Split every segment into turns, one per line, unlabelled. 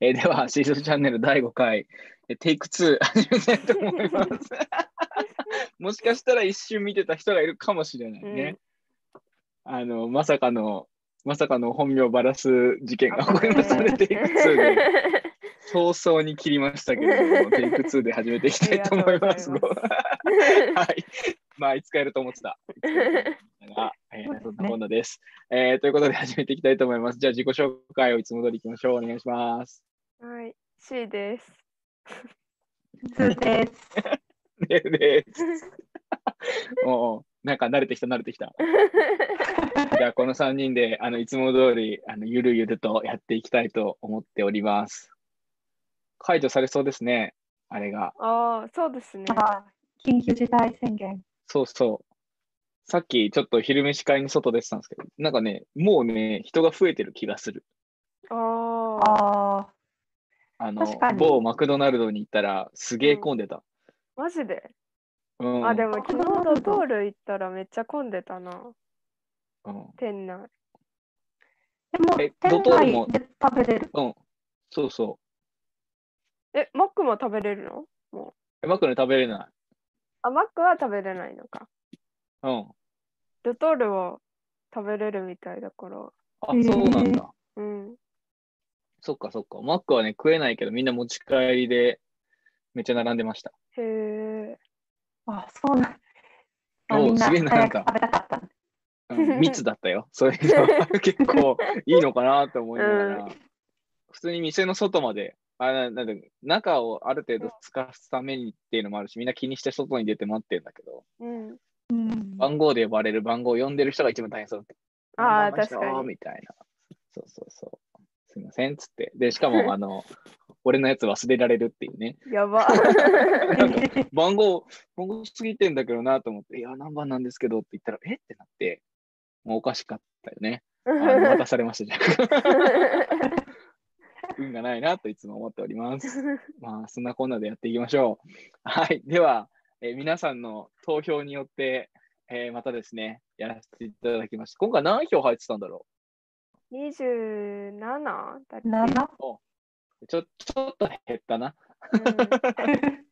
えーでは、シーソーチャンネル第5回、えーテイク2始めたいと思い ます。もしかしたら一瞬見てた人がいるかもしれないね。あの、まさかの、まさかの本名バラす事件が起こりましたね、 テイク2で。早々に切りましたけれども、テイク2で始めていきたいと思います。
ありがとうござ
はい。まあ、いつかやると思ってた。いつかやると思ってたが、えーそんなこんなです、えーということで始めていきたいと思います。じゃあ自己紹介をいつも通りいきましょう。お願いします。
はい、C です。
そうです。
ででもう、なんか慣れてきた、慣れてきた。じゃあこの3人で、あの、いつも通り、あの、ゆるゆるとやっていきたいと思っております。解除されそうですね。あれが。
ああ、そうですね。
あ緊急事態宣言。
そうそう。さっきちょっと昼飯会に外出てたんですけど、なんかね、もうね、人が増えてる気がする。
ああ、
ああ、
あの
確か、に
某マクドナルドに行ったら、すげえ混んでた。
マジで。
うん。
あ、でも
うん
昨日ドトール行ったらめっちゃ混んでたな。
うん、
店内。
でも
え
店
ドトールも
内で食べれる。
うん。そうそ
え、マックも食べれるの
う。うまくね、食べれな
あ、マックは食べれないのか。
い。うん。
ドトールは食べれるみたいだから。
あ、
へえ
そうなんだ。
うん。
そっかそっか。マックはね、食えないけど、みんな持ち帰りで、めっちゃ並んでました。
へえ。
あ、そうなん。あ
おう
みんな
すげえ
早
なん
く
か
食べたかった。
うん、密だったよ。そういうのは結構いいのかなと思いながら、
う
普通に店の外まで、あななんだ中をある程度使すためにっていうのもあるし、みんな気にして外に出て待ってるんだけど、
うん。
うん。
番号で呼ばれる番号を呼んでる人が一番大変そうだった。
ああ
名前しろ
確かに
みたいな。そうそうそう。すいませんっつって。で、しか も、あの、俺のやつ忘れられるっていうね。
やば。
なんか番号、番号過ぎてんだけどなと思って、いや、何番なんですけどって言ったら、えってなって、もうおかしかったよね。あ の待たされましたじゃん。 運がないなといつも思っております。まあ、そんなこんなでやっていきましょう。はい。では、えー皆さんの投票によって、えーまたですね、やらせていただきました。今回何票入ってたんだろ
27? だっけ
七。
うちょちょっと減ったな。
う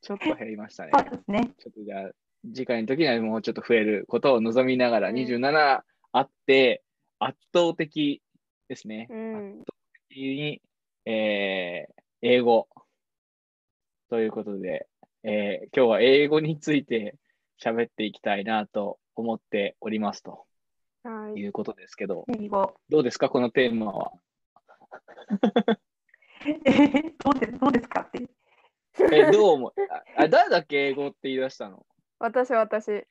ちょっと減りましたね。
そうですね。
ちょっとじゃあ、次回の時にはもうちょっと増えることを望みながら、
うん
27あって、圧倒的ですね。
んうん。
圧倒的に、えー英語。ということで、えー今日は英語について喋っていきたいなと思っておりますと
はい
い。うことですけど、
英語。
どうですか、このテーマは。
えーどうでどうですかって。
えどう思うあ、あ誰だっけ、英語って言い出したの
私、私。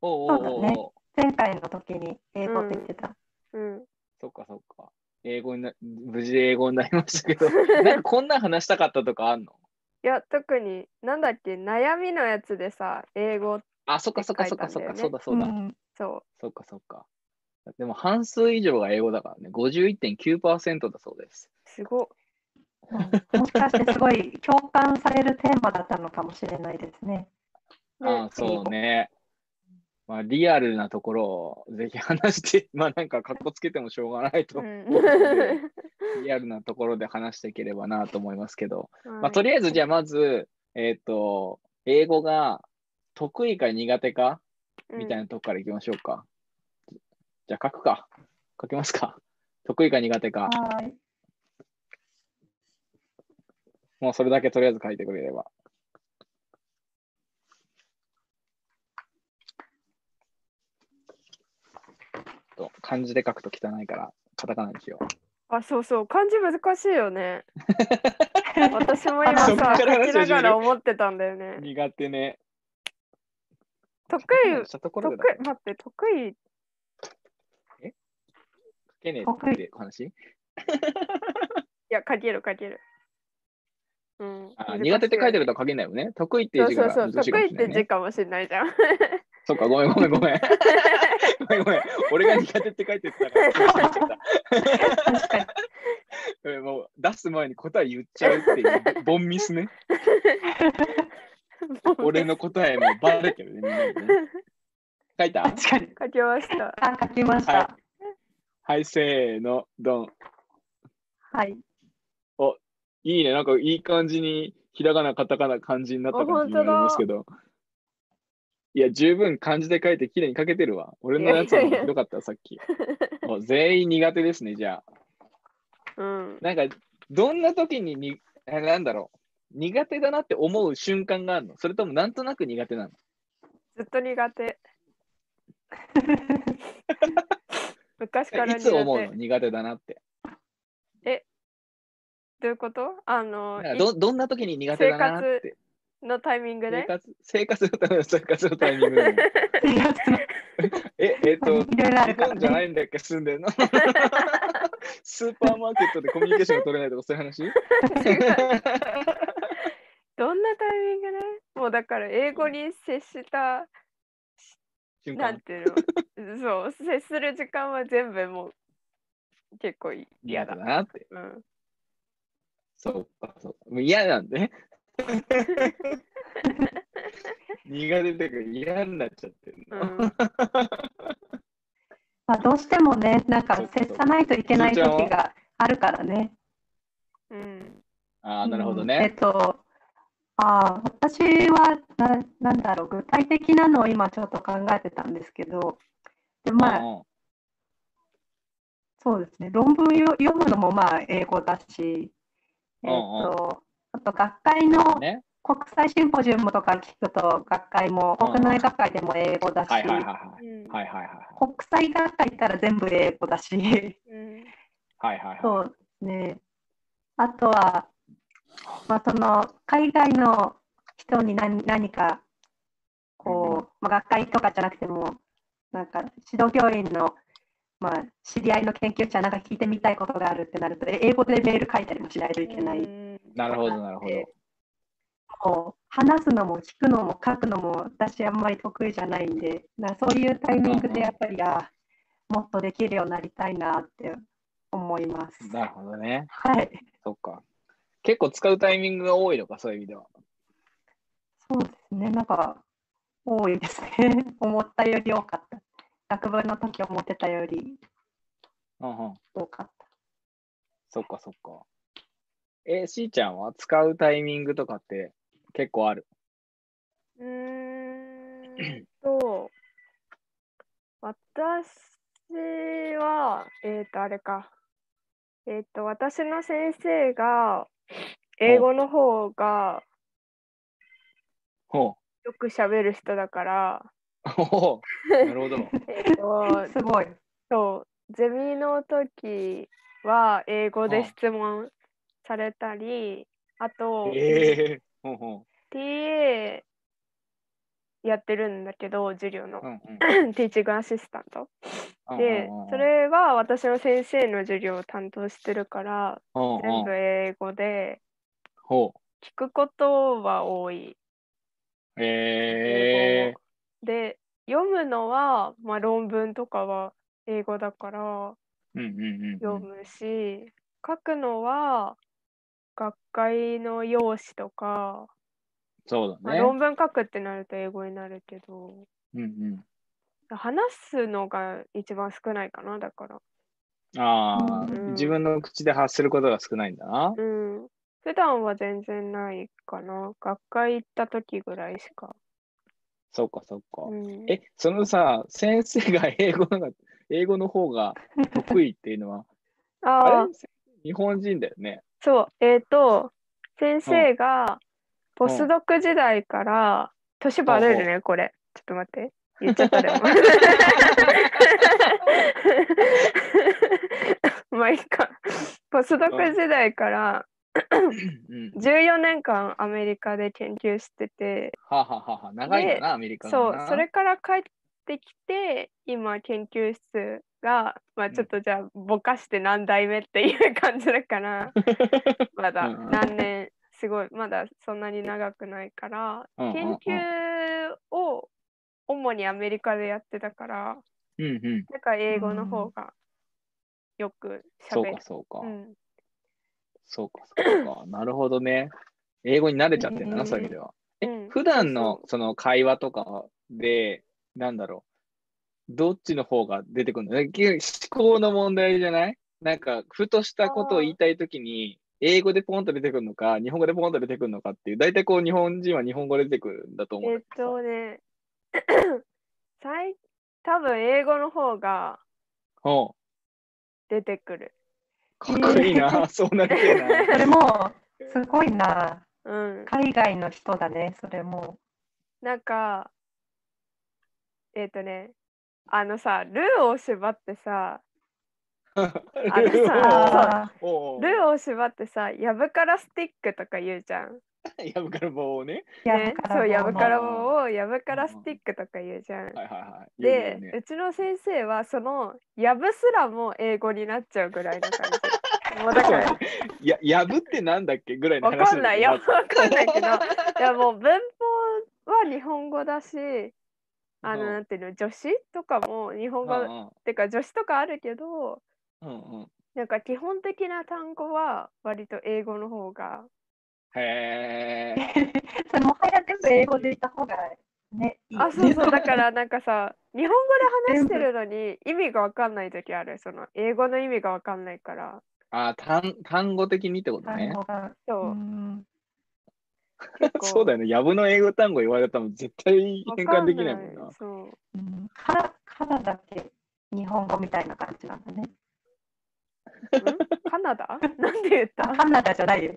おうおうおうお
そううだね前回の時に英語って言ってた。
うん。
そっかそっか。英語にな、無事英語になりましたけ ど、なんかこんなん話したかったとかあんの
いや、特に、なんだっけ、悩みのやつでさ、英語、
あ、そっかそっかそっかそっか、そうだそうだ、
ん。
そ
そっかそっか。でも半数以上が英語だからね、51.9%だそうです。
う、すごっ。
うんもしかしてすごい共感されるテーマだったのかもしれないですね。
あ
ね
あ、そうね。まあ、リアルなところをぜひ話して、 まあなんかかっこつけてもしょうがないと
う
思うの
ん
で、リアルなところで話していければなと思いますけど、まあ、とりあえずじゃあまず、えっ、と、英語が得意か苦手か
え
みたいなとこからいきましょうか。じゃあ書くか。書けますか。 得意か苦手か。
はい。
もうそれだけとりあえず書いてくれれば。と漢字で書くと汚いから、カタカナにしよう。
あ、そうそう、漢字難しい よね。私も今
あ
さ
そっから、
話
書きなが
始める
ら思ってたんだよね。
苦手ね。
得意、
したとこ
得
ろ
意
でだ、
待って、得意、
書けねえって話
いや、書ける、書ける。うん
あ苦手って書いて
る。
ると書けないよね。得意っていう
そう
字
そ
が
うそう、
難しい
得
かも
意
し
っ
れ
て
ないね
字。かもしれないじゃん。
そっか、ごめんごめんご めん。ごめんごめん。俺が苦手って書いてたから、書いてた。
確かに。
え もう出す前に答え言っちゃうっていうボンミス ね。 俺の答えもバレてるね。みんなにね書いた
確かに。
書きました。
あ、書きまし
は
た。
はい、せーの、ドン。
はい。
お、いいね、なんかいい感じに、ひらがな、カタカナ、漢字になった感じになりますけど。いや、十分漢字で書いて、綺麗に書けてるわ。俺のやつはひどかった、さっ き。もう全員苦手ですね、じゃあ。
うん。
なんか、どんな時にに、あなんだろう。苦手だなって思う瞬間があるのそれともなんとなく苦手なの
ずっと苦 手。昔から
い
苦
つ
手。
思うの苦手だなって。
どういうことあの
なんかどどんな時に苦手だなって。
いのタイミング
生
で
活生活のための生活のタイミン グなの
いやその
え、えっと、
いろいろあ
日
るから
本じゃ
ね。
ないんだっけ住ん でんのスーパーマーケットでコミュニケーションが取れないとかそういう話
どんなタイミングでもうだから英語に接した
瞬
な
間
んていうの そう接する時間は全部もう結構嫌
嫌
だ
だ。なって。
うん、
そうか、そうか。もう嫌なんでね。 苦手だから嫌になっちゃってる
う
の。
ん、
まあ、どうしてもね、なんか接さないといけない時
そうそう
があるからね。
うん、
ああ、なるほど
うんえっ
ね。
と、ああ、私はな、なんだろう、具体的なのを今ちょっと考えてたんですけど、で、まあ、
うん
そうですね、論文よ読むのもまあ英語だし、え
うんう
っ
ん
と、あと学会
うん
の
ね。
国際シンポジウムとか聞くと、学会も、
うんうん
国内学会でも英語だし、
はいはいはい
うん
はい。はいはいはい
国際学会行ったら全部英語だし、
うん
はい。はいはいはい。
そうですね。あとは、まあ、その海外の人に何何か
うんう
こう、まあ、学会とかじゃなくてもなんか指導教員の、まあ、知り合いの研究者なんか聞いてみたいことがあるってなるとえ英語でメール書いたりもしないといけない、
うん
なるほどなるほど。
もう話すのも聞くのも書くのも私あんまり得意じゃないんでなそういうタイミングでやっぱり、あもっとできるようになりたいなって思います。
なるほどね。
はい
そっか。結構使うタイミングが多いのか、そういう意味では。
そうですね、なんか多いですね。 思ったより多かった。学部の時思ってたより
うんうん。
多かっ
そっかそっか。え、しーちゃんは使うタイミングとかって結構ある。
うーんと、私は、えっ、と、あれか。えっ、と、私の先生が、英語の方が
ほ
よく喋る人だから、
う。ほう。なるほど。
えっ、と
た。、すごい。
そう、ゼミの時は英語
う
で
ん
質問されたり、あと、
ええほうほ
TA やってるんだけど、授業の
う。う、んうん。
ティーチングアシスタント。で
うんうんうん、
そ、れは私の先生の授業を担当してるから、
うんう
全
ん
部英語で、
ほ
聞くことは多い。
う。ええ
で、読むのは、まあ、論文とかは英語だから
うんうんうん。
読むし、書くのは学会の用紙とか、
そう
ま
だね。
あ、論文書くってなると英語になるけど、
うん
話すのが一番少ないかな、だから。
うん。ああ、
うん
自分の口で発することが少ないんだな。
うん。普段は全然ないかな。学会行った時ぐらいしか。
そうかそうか。
うん、
え、そのさ、先生が英語のが 英語の方が得意っていうのは、
あ
あ
あ
れ、日本人だよね。
そう。えっ、と、先生がポスドク時代から、年バレるね、これ。ちょっと 待って。言っちゃったで も。まあいいか。ポスドク時代から
うん。
14年間アメリカで研究してて、
はあはあはあはあ、長いんだな、アメリカ
そ
の
う
な。
それから帰ってきて今研究室が、まあ、ちょっとじゃあぼかして何代目っていう感じだ から、まだ
うんうん
何年すごいまだそんなに長くないから、
うんうんうん
研究を主にアメリカでやってたから
うんうん。
だから英語の方がよくしゃ
そう
べる
か、そうか。
うん
そうか、そうか。なるほどね。英語に慣れちゃってんだ
う
な、
ん
そういう意味では。え
うん、
普段の
そう
その会話とかで、なんだろう。どっちの方が出てくるのえき思考の問題じゃないなんか、ふとしたことを言いたいときに、英語でポンと出てくるのか、日本語でポンと出てくるのかっていう、大体こう、日本人は日本語で出てくるんだと思う
え
ん
っ
だけどさ。
とね、 最多分英語の方が
うん
出てくる。
かっこいい な、そうなりてえな。
それもすごいな。
うん。
海外の人だね、それも。
なんか、えっ、とね、あのさ、ルーを縛ってさ、あのさ、
あ
お
そううルーを縛ってさ、やぶからスティックとか言うじゃん。
やぶから棒をね。
ー
ね、そう、やぶ
棒
から棒をやぶからスティックとか言うじゃん。
はいはいはい。
で、
言うよね
うちの先生はそのやぶすらも英語になっちゃうぐらいの感 じ。もうだから
や、やぶってなんだっけぐらいの
わ
話
かんないよ、わ
だ
かんない けど、いやもう文法は日本語だし、あ
う
の
ん
なんていうの、助詞とかも日本
け
語、
ど
てか助詞とかあるけど、
うんうんうんうん。
なんか基本的な単語は割と英語の方が、
へえ。
それもはや全部英語で言った方がね、いいよ
あ、
ね
そうそう、だからなんかさ、日本語で話してるのに意味がわかんない時ある、その英語の意味がわかんないから。
あ、単単語的にってこと
単
ね
語。が。
そうう、
ん
結構
そうだよね。やぶの英語単語言われたら絶対変換できないもん
わ
な
か。そう。
うんからからだけ日本語みたいな感じなんだね。
んカナダなんて言っ
あ
た、
カナダじゃないよ。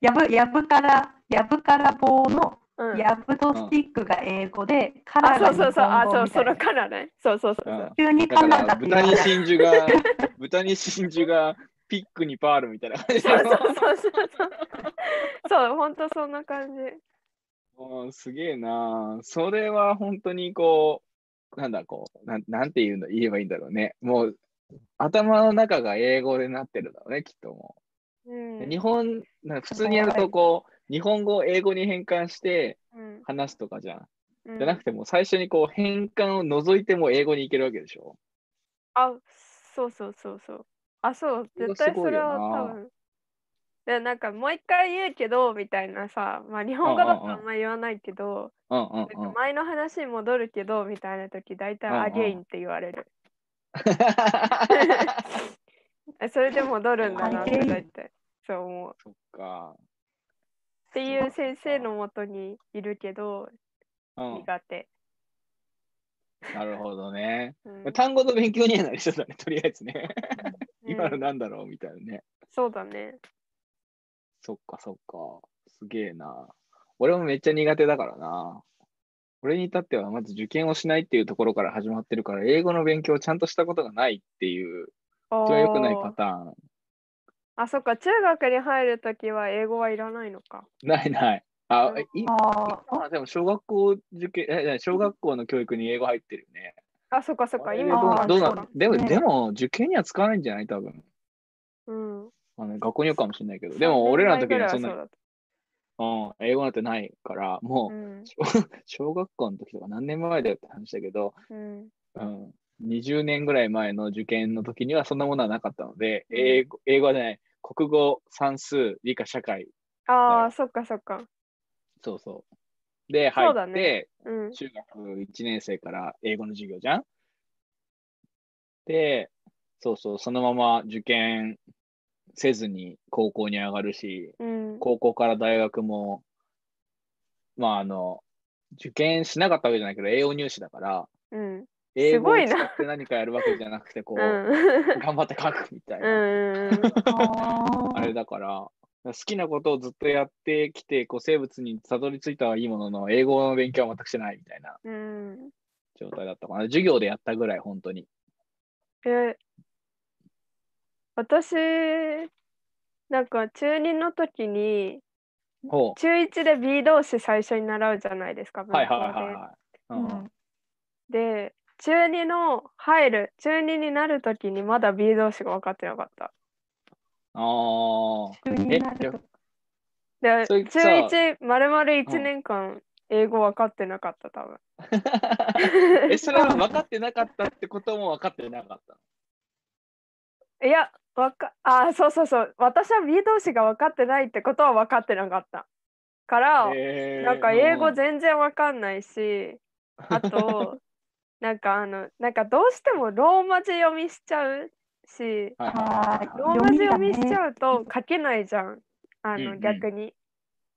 やぶやぶからやぶから棒の
うん、
やぶとスティックが英語で、カ
あ、
ラー
そう
が日
そうそう、あ、
本
そ
語
う、その。
みたいな
カナダね。そうそうそうそうう。
ん
急に
だか
カナ
ら、
ダって言
豚
わ
に
れた
真珠 が、豚に真珠がピックにパールみたいな感じ
そう
だ
そう
ろ
そうそうそう。そう、本当そんな感じ。
うんすげえなあそれは本当にこう、なんだ、こう、なんなんて言うんだ、言えばいいんだろうね。もう、頭の中が英語でなってるだろうね、きっとも
う
う。
ん。
日本、なんか普通にやるとこう、日本語を英語に変換して
うん
話すとかじゃん。
うん
じゃなくてもう最初にこう変換を除いても英語に行けるわけでしょ。
あ、そうそうそうそう。あ、そう、
れが
絶
す
対
ご
そ
い
れ
よ
は
な
多分。で、なんかもう一回言うけど、みたいなさ、まあ日本語だとあんま言わないけど、
うんうん
な
うん
んか。前の話に戻るけど、みたいな時、大体
うんうん
アゲインって言われる。 えそれで戻るんだなって
アゲイン
大体。そう思う。
そっか。
っていう先生のもとにいるけど
うん、
苦手。
なるほどね。
うん
単語の勉強にはなりそうだね、とりあえずね。今
う
の
ん
なんだろうみたいなね。
そうだね。
そっかそっか。すげえな。俺もめっちゃ苦手だからな。俺に至ってはまず受験をしないっていうところから始まってるから、英語の勉強をちゃんとしたことがないっていう、
あ
それは良くないパ
ー
ターン。
あ、そっか、中学に入るときは英語はいらないのか。
ないない。あ、えい
あー
あでも小学校受験、え、え小学校の教育に英語入ってるよね。
あ、そっかそっか、
あれ
今
は
どうなどう
そう
な
だ
でも、
ね
でも、受験には使わないんじゃない多分。
うん。
あの学校によるかもしれないけど。でも、俺らの時にはそんな、
う
うん、英語なんてないから、もう、
ん。
小学校の時とか何年前だよって話だけど、
うん。
うん、20年ぐらい前の受験の時にはそんなものはなかったので、
うん
英語英語はね、国語、算数、理科、社会、
ああ、そっかそっか。
そうそう。で、入
そう
っ
だ
て、
ねうん。
中学1年生から英語の授業じゃんで、そうそう、そのまま受験せずに高校に上がるし、
うん。
高校から大学も、まああの、受験しなかったわけじゃないけど、栄養入試だから、
うん。
英語を
すごい
使
な
って何かやるわけじゃなくて、こ
う
う、
ん。
頑張って書くみたいな、
うん。
あ
あれ
ー
だから、好きなことをずっとやってきて、こう生物にたどり着いたはいいものの、英語の勉強は全くしてないみたいな
うん。
状態だったかな。授業でやったぐらい、本当に。
え、私、なんか中2の時に、
ほ
中1で B 動詞最初に習うじゃないですか、
う。
文
はい
法
はいはいはい。うんうん
で。で、中2の入る、中2になるときにまだ B 動詞が分かってなかった。
あ
急になると
で、
そ
中
れさ
1、丸々
う
1
ん
年間、英語分かってなかった、多分。
あ。え、それは分かってなかったってことも分かってなかった
いや、わか、あ、そうそうそう、私は B 動詞が分かってないってことは分かってなかった。から、
の。えー
なんか英語全然わかんな いし、あと、なんかあの、なんかどうしてもローマ字読みしちゃうし
はい
は
はいい
ローマ
はい。
字読みしちゃうと書けないじゃんあ
うんう
の
ん
逆に。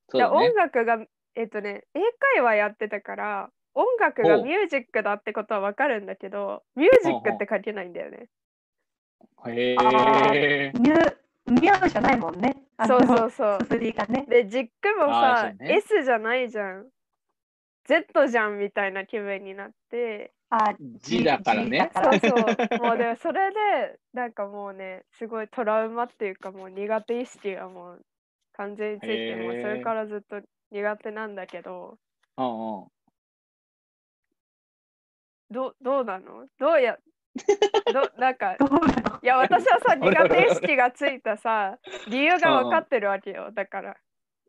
そうだ
だから
ね
音。楽がえっ、とね英会話やってたから音楽が
ほう
ミュージックだってことはわかるんだけどミュージックって書けないんだよね。
へえ。
ミュミューじゃないもんね。あ
そ
の
うそうそう。
薬がね。
で実家も
あー
さ、
そうね
S じゃないじゃん Z じゃんみたいな気分になって
あ、
字だからね。
あ
そ
ら
うそうもうでそれでなんかもうねすごいトラウマっていうかもう苦手意識がもう完全について
へー
もうそれからずっと苦手なんだけど
うんうん。
どうどうなのど うやどなんか
どうなの
いや私はさ
あれあ
苦
れ
手意識がついたさ理由が分かってるわけよだから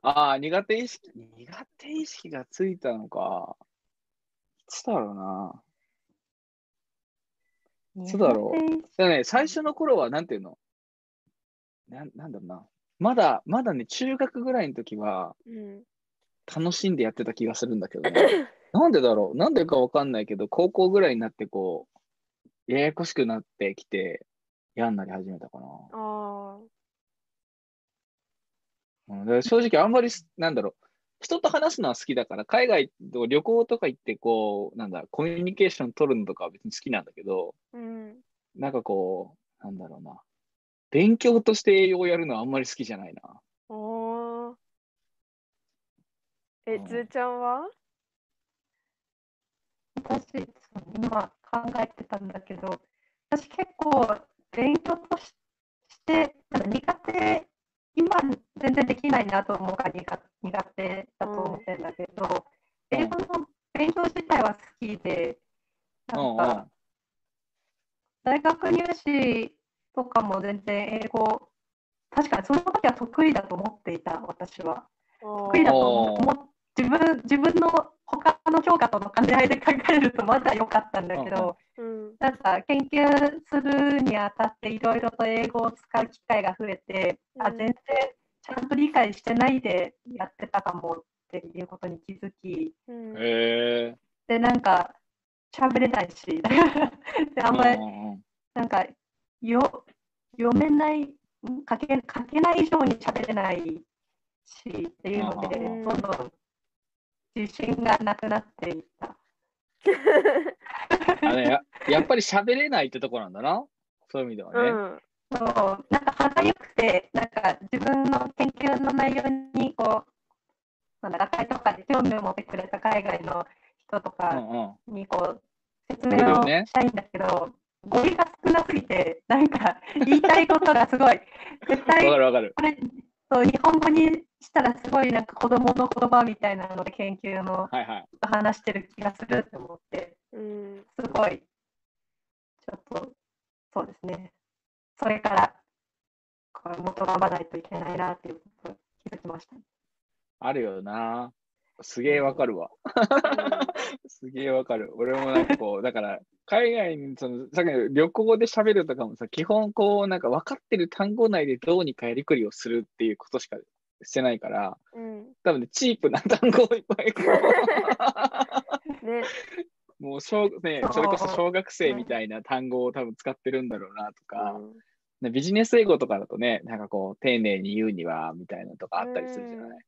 ああ、苦手意識、苦手意識がついたのか。いつだろうな。そうだろだからね、最初の頃は、なんていうのなんなんだろうな。まだ、まだね、中学ぐらいの時は、
うん
楽しんでやってた気がするんだけど ね。なんでだろうなんでかわかんないけど、高校ぐらいになって、こう、ややこしくなってきて、嫌になり始めたかな。
あ
うん、だから正直、あんまりす、なんだろう。人と話すのは好きだから、海外と旅行とか行って、こう、なんだ、コミュニケーション取るのとかは別に好きなんだけど、
ーうん
なんかこう、なんだろうな。勉強として栄養をやるのはあんまり好きじゃないな。
おーえ、
うん
ずーちゃんは
私、そう今考えてたんだけど、私結構勉強としして、なんか苦手、今全然できないなと思うから苦苦手だと思ってんだけど、
うん
英語の勉強自体は好きで、なん
うんう
か
ん
大学入試とかも全然英語、確かにその時は得意だと思っていた、私は。得意だ
お
と思う
おー
思う自分自分の他の教科との兼ね合いで考えるとまだ良かったんだけ
うんう
ど、
うん
なんか研究するにあたっていろいろと英語を使う機会が増えて、あ
うん
全然ちゃんと理解してないでやってたかもっていうことに気づき
うん
へえ。
でなんか喋れないしであんまり
うんうんうん
なんかよ読めないん書け書けない以上に喋れないしっていうので、
うん
うん
どんどん自信がなくなっていった。
あれややっぱり喋れないってとこなんだな。そういう意味では
う
ね。
ん
そうなんか歯が良くてなんか自分の研究の内容にこうなんだ学会とかで興味を持ってくれた海外の人と
う
か
んうん。
にこう説明をしたいんだけど、語彙が少なすぎてなんか言いたいことがすごい絶対
わかるわかる。
これそう日本語にしたらすごいなんか子供の言葉みたいなので研究の
はいはい。
話してる気がすると思って
うん
すごいちょっとそうですねそれからこれもっと頑張らないといけないなっていうことに気づきました。
あるよな。すげえわかるわ。すげえわかる。俺もなんかこう、だ から、海外に、その、さっきの旅行で喋るとかもさ、基本こう、なんか分かってる単語内でどうにかやりくりをするっていうことしかしてないから、
うん
多分ね、チープな単語をいっぱいこ
ね
う、もう小、ね、それこそ小学生みたいな単語を多分使ってるんだろうなとか、
うん
ねビジネス英語とかだとね、なんかこう、丁寧に言うには、みたいなのとかあったりするじゃない、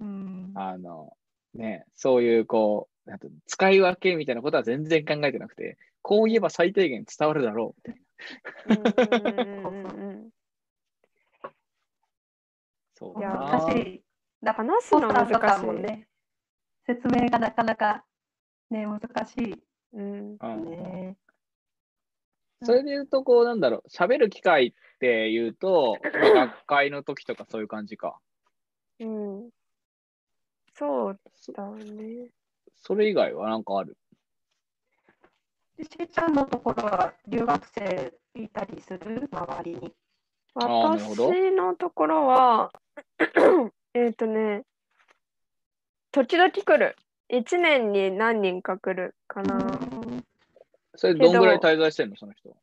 うん
あの、ね、そういうこう、なんていうの使い分けみたいなことは全然考えてなくて、こう言えば最低限伝わるだろうみたいな。
うんうんうんうん
そう
いや
だな
難しいだから
話す
ポ
の
スターと
難
か
し
も
い
ね説明がなかなかね難しい
うん
うん、
ね。
それで言うと、こう、なんだろう、喋る機会っていう と、まあ学会の時とかそういう感じか。
うんそう
そ
だね
それ以外はなんかある。
でしーちゃんのところは留学生いたりする周りに。
ーなるほど
私のところは えっとね時々来る1年に何人か来るかな、
それどんぐらい滞在してんの、その人。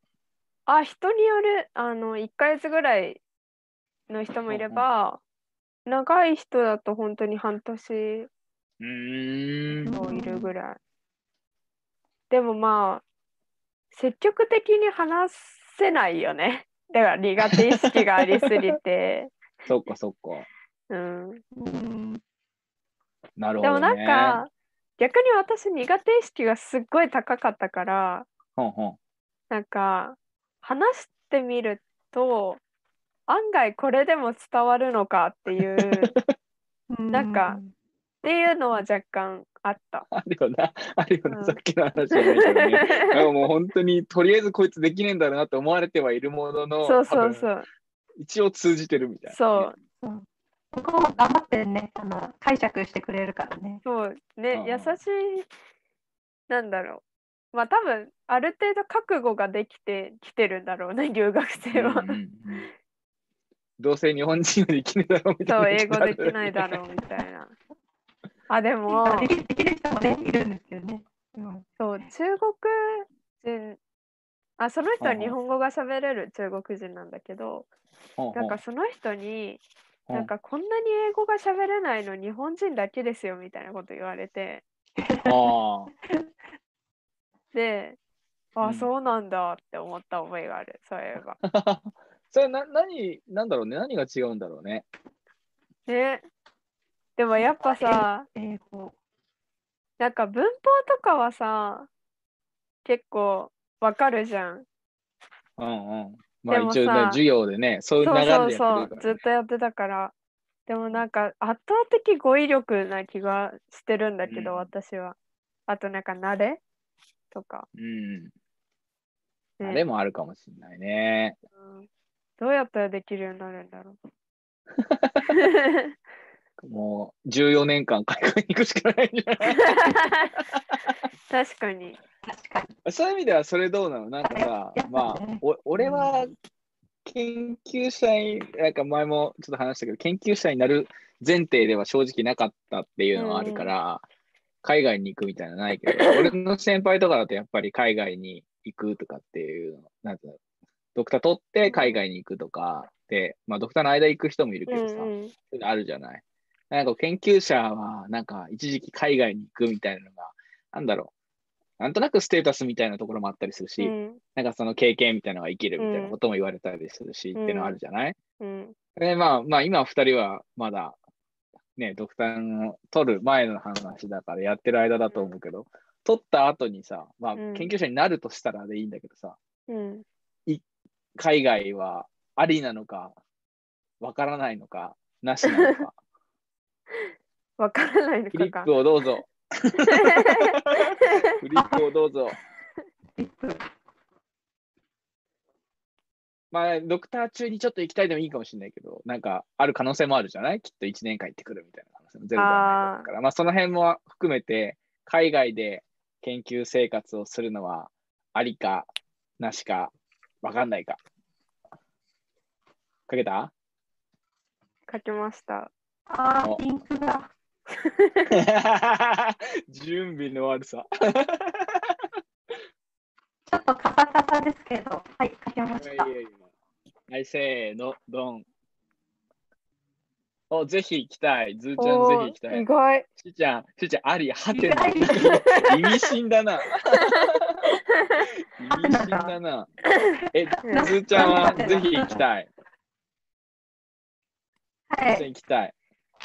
あ、人による、あの、1ヶ月ぐらいの人もいれば、長い人だと本当に半年
うーん。
もいるぐらい。でもまあ、積極的に話せないよね。 だから苦手意識がありすぎて、
そっかそっか。
うん、
うん
なるほ
で
ど、
も
ね。
なんか、逆に私苦手意識がすっごい高かったから
ほんほん、
なんか話してみると案外これでも伝わるのかっていうっなんかていうのは若干 あった。
あるよな、あるよな、
うん
さっきの話じゃないけどね。なんかもう本当にとりあえずこいつできねえんだろうなって思われてはいるものの、
そうそう
多
そ
分
う
一応通じてるみたいな。
そう
うんそこを頑張ってねあの解釈してくれるからね。
そう
うん
ね優しいなんだろうまあ多分ある程度覚悟ができてきてるんだろうね留学生は。
うんうんうんどうせ日本人はできねえだろうみたい
そう
な。
英語できないだろうみたい な。あでも
できできる人もねいるんですよね。うん
そう中国人あその人は
うんうん
日本語が喋れる中国人なんだけど
ほう。
なんかその人に
ほう
なんかこんなに英語が喋れないの日本人だけですよみたいなこと言われて
あ
で
う
あ
ん
そうなんだって思った覚えがあるそういえ ば。
あ。 それな何なんだろうね何が違うんだろうね。
ねでもやっぱさ
英語。
なんか文法とかはさ結構わかるじゃん。
うんうん。まあ
でも
一
さ
応ね授業でねそういう
そ
流
う
れでやってる
そうそう
から
ずっとやってたからでもなんか圧倒的語彙力な気がしてるんだけ
う
ど、
ん
私はあとなんか慣れとか、
うん。
ね
あれもあるかもしれないね。
うんどうやったらできるようになるんだ ろう
もう14年間海外に行くしかないんじゃない
確かに
確かに。
そういう意味ではそれどうなのなんかさ
あやっぱね
まあお俺は研究者になんか前もちょっと話したけど研究者になる前提では正直なかったっていうのはあるから、海外に行くみたいなのないけ ど俺の先輩とかだとやっぱり海外に行くとかっていうのなんていうのドクター取って海外に行くとかで、まあ、ドクターの間行く人もいるけ
う
どさ、
んうん
あるじゃない。なんか研究者は、なんか一時期海外に行くみたいなのが、なんだろう。なんとなくステータスみたいなところもあったりするし、
うん
なんかその経験みたいなのが生きるみたいなことも言われたりするし、
うん
ってのあるじゃない、
うん
でまあまあ今二人はまだ、ね、ドクターの取る前の話だからやってる間だと思うけど、取った後にさ、まあ
うん
研究者になるとしたらでいいんだけどさ、
うん
海外はありなのか、わからないのか、なしなの か。
わからないの
フリ
か
ッ
か
プをどうぞ。フリップをどうぞ。
リップ
まあ、ドクター中にちょっと行きたいでもいいかもしれないけど、なんかある可能性もあるじゃないきっと1年間行ってくるみたいな話もゼロではないだろうから、まあその辺も含めて、海外で研究生活をするのはありか、なしか、わかんないか。かけた
書きました
あ
お
ー、インクが。
準備の悪さ。
ちょっとカタカタですけど、はい、書けま
いや
し
い
た
や。いやはい、せーの、ドン。お、ぜひ行きたい。ズーちゃん、ぜひ行きた
ー意
い。し
外
ーちゃん、しーちゃん、あり、はて
意
な。
外に。
意味深だ な。意
て
味
な
深
か
だな。え、ズ
うん
ーちゃんはぜひ行きたい。
は
ズー
い
ちゃん。行きたい。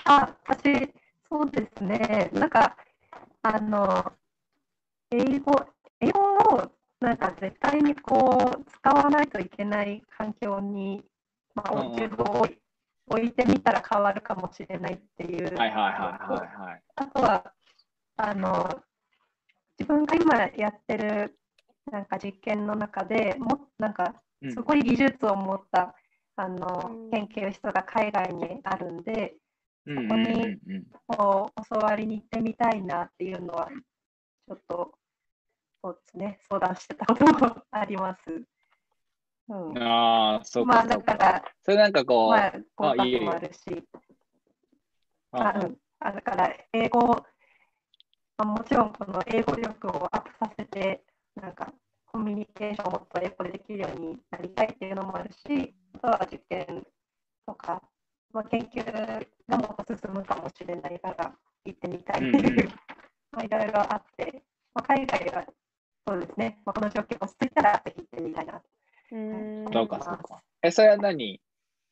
あ、私、そうですね。なんか、あの、英語、英語を、なんか絶対にこう、使わないといけない環境に、まあ、
うんうん
自分を置いてみたら変わるかもしれないっていう。
はいはいはいはいはい。
あとは、あの、自分が今やってる、なんか実験の中でも、なんか、
うん
すごい技術を持った、あ
う
の
ん、
研究室が海外にあるんで、
うんうん
こ
う
に
んうん。
こう教わりに行ってみたいなっていうのは、ちょっと、そうですね、相談してたこともあります。うん、
ああ、そう
ま
か
あ、
そ
だ
う
か
か。
ら、
それなんかこう、
まあ、合
いいよ
格もあるし、あ
あ
うんあだから、英語を、まあ、もちろんこの英語力をアップさせて、なんか、コミュニケーションをもっと英語でできるようになりたいっていうのもあるし、あとは受験とか、まあ、研究がもっと進むかもしれないから、行ってみたいっていう。
うんうん
まあ、いろいろあって、まあ、海外はそうですね、まあ、この状況落ち着いたらぜひ行ってみたいなと
うーん
そうかそうか。え、え、それは何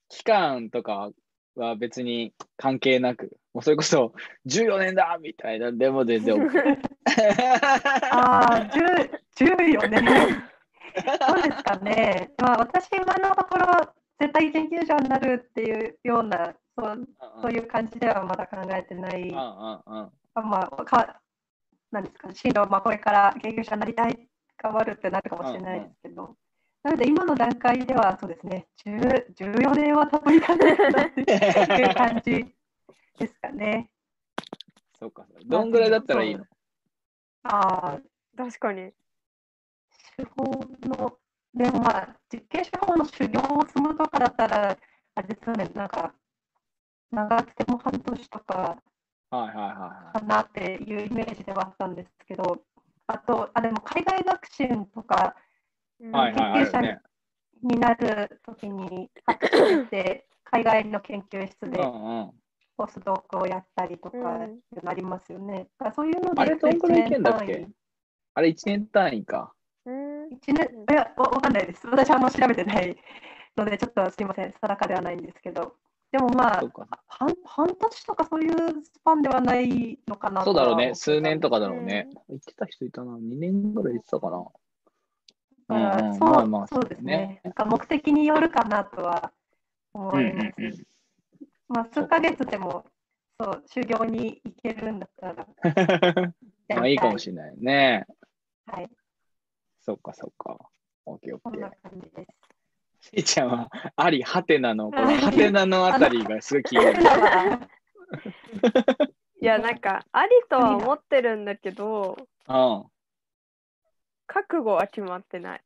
期間とかは別に関係なく、もうそれこそ14年だみたいな、でも全然 OK。
ああ、14年。どうですかね。まあ、私、今のところ、絶対研究者になるっていうような、そうそういう感じではまだ考えてない。
うんうんうん
あまあ、かなんですか、進路、まあ、これから研究者になりたい、変わるってなるかもしれないですけど、なので、今の段階では、そうですね、10 14年はたっぷりかないかなっていう感じですかね。
そうか。 どんぐらいだったらいいの
ああ、
確かに。
手法の、でもまあ、実験手法の修行を積むとかだったら、あれですよね、なんか、長くても半年とか
はいはいは
かなっていうイメージではあったんですけど、あと、あ、でも海外学習とか、
うん
いはい。はいはい、ある
研究者に
ね。
になるときに、博士として海外の研究室
う
で
んうん。
ポスドクをやったりとか
うん
いうのありますよね。だからそういうので、
あれどんくらいいけんだっけ
1
あれ1年単位か。
うん
年単位一年いやわ、わかんないです。私、あんま調べてないので、ちょっとすいません、定かではないんですけど、でもまあ
そう、か。
半半年とかそういうスパンではないのかな
そうだろうね。数年と
か。
かだろうね。行ってた人いたな。2年ぐらい行ってたかな。
だから
うんうん
そう
まあまあ
そうです
ね
ね。なんか目的によるかなとは思
うん
います。
うんうん。
まあ、数ヶ月でも、そう、修行に行けるんだったら、
まあいいかもしれないね。
れない。はい、
そっかそっか。オッケーオ
こ
ッ
ん
ケー
な。感じです。
しーちゃんは、あり、はてなの、このはてなのあたりがすごい気にな る。
いや、なんか、ありとは思ってるんだけど、
うん。
覚悟は決まってないって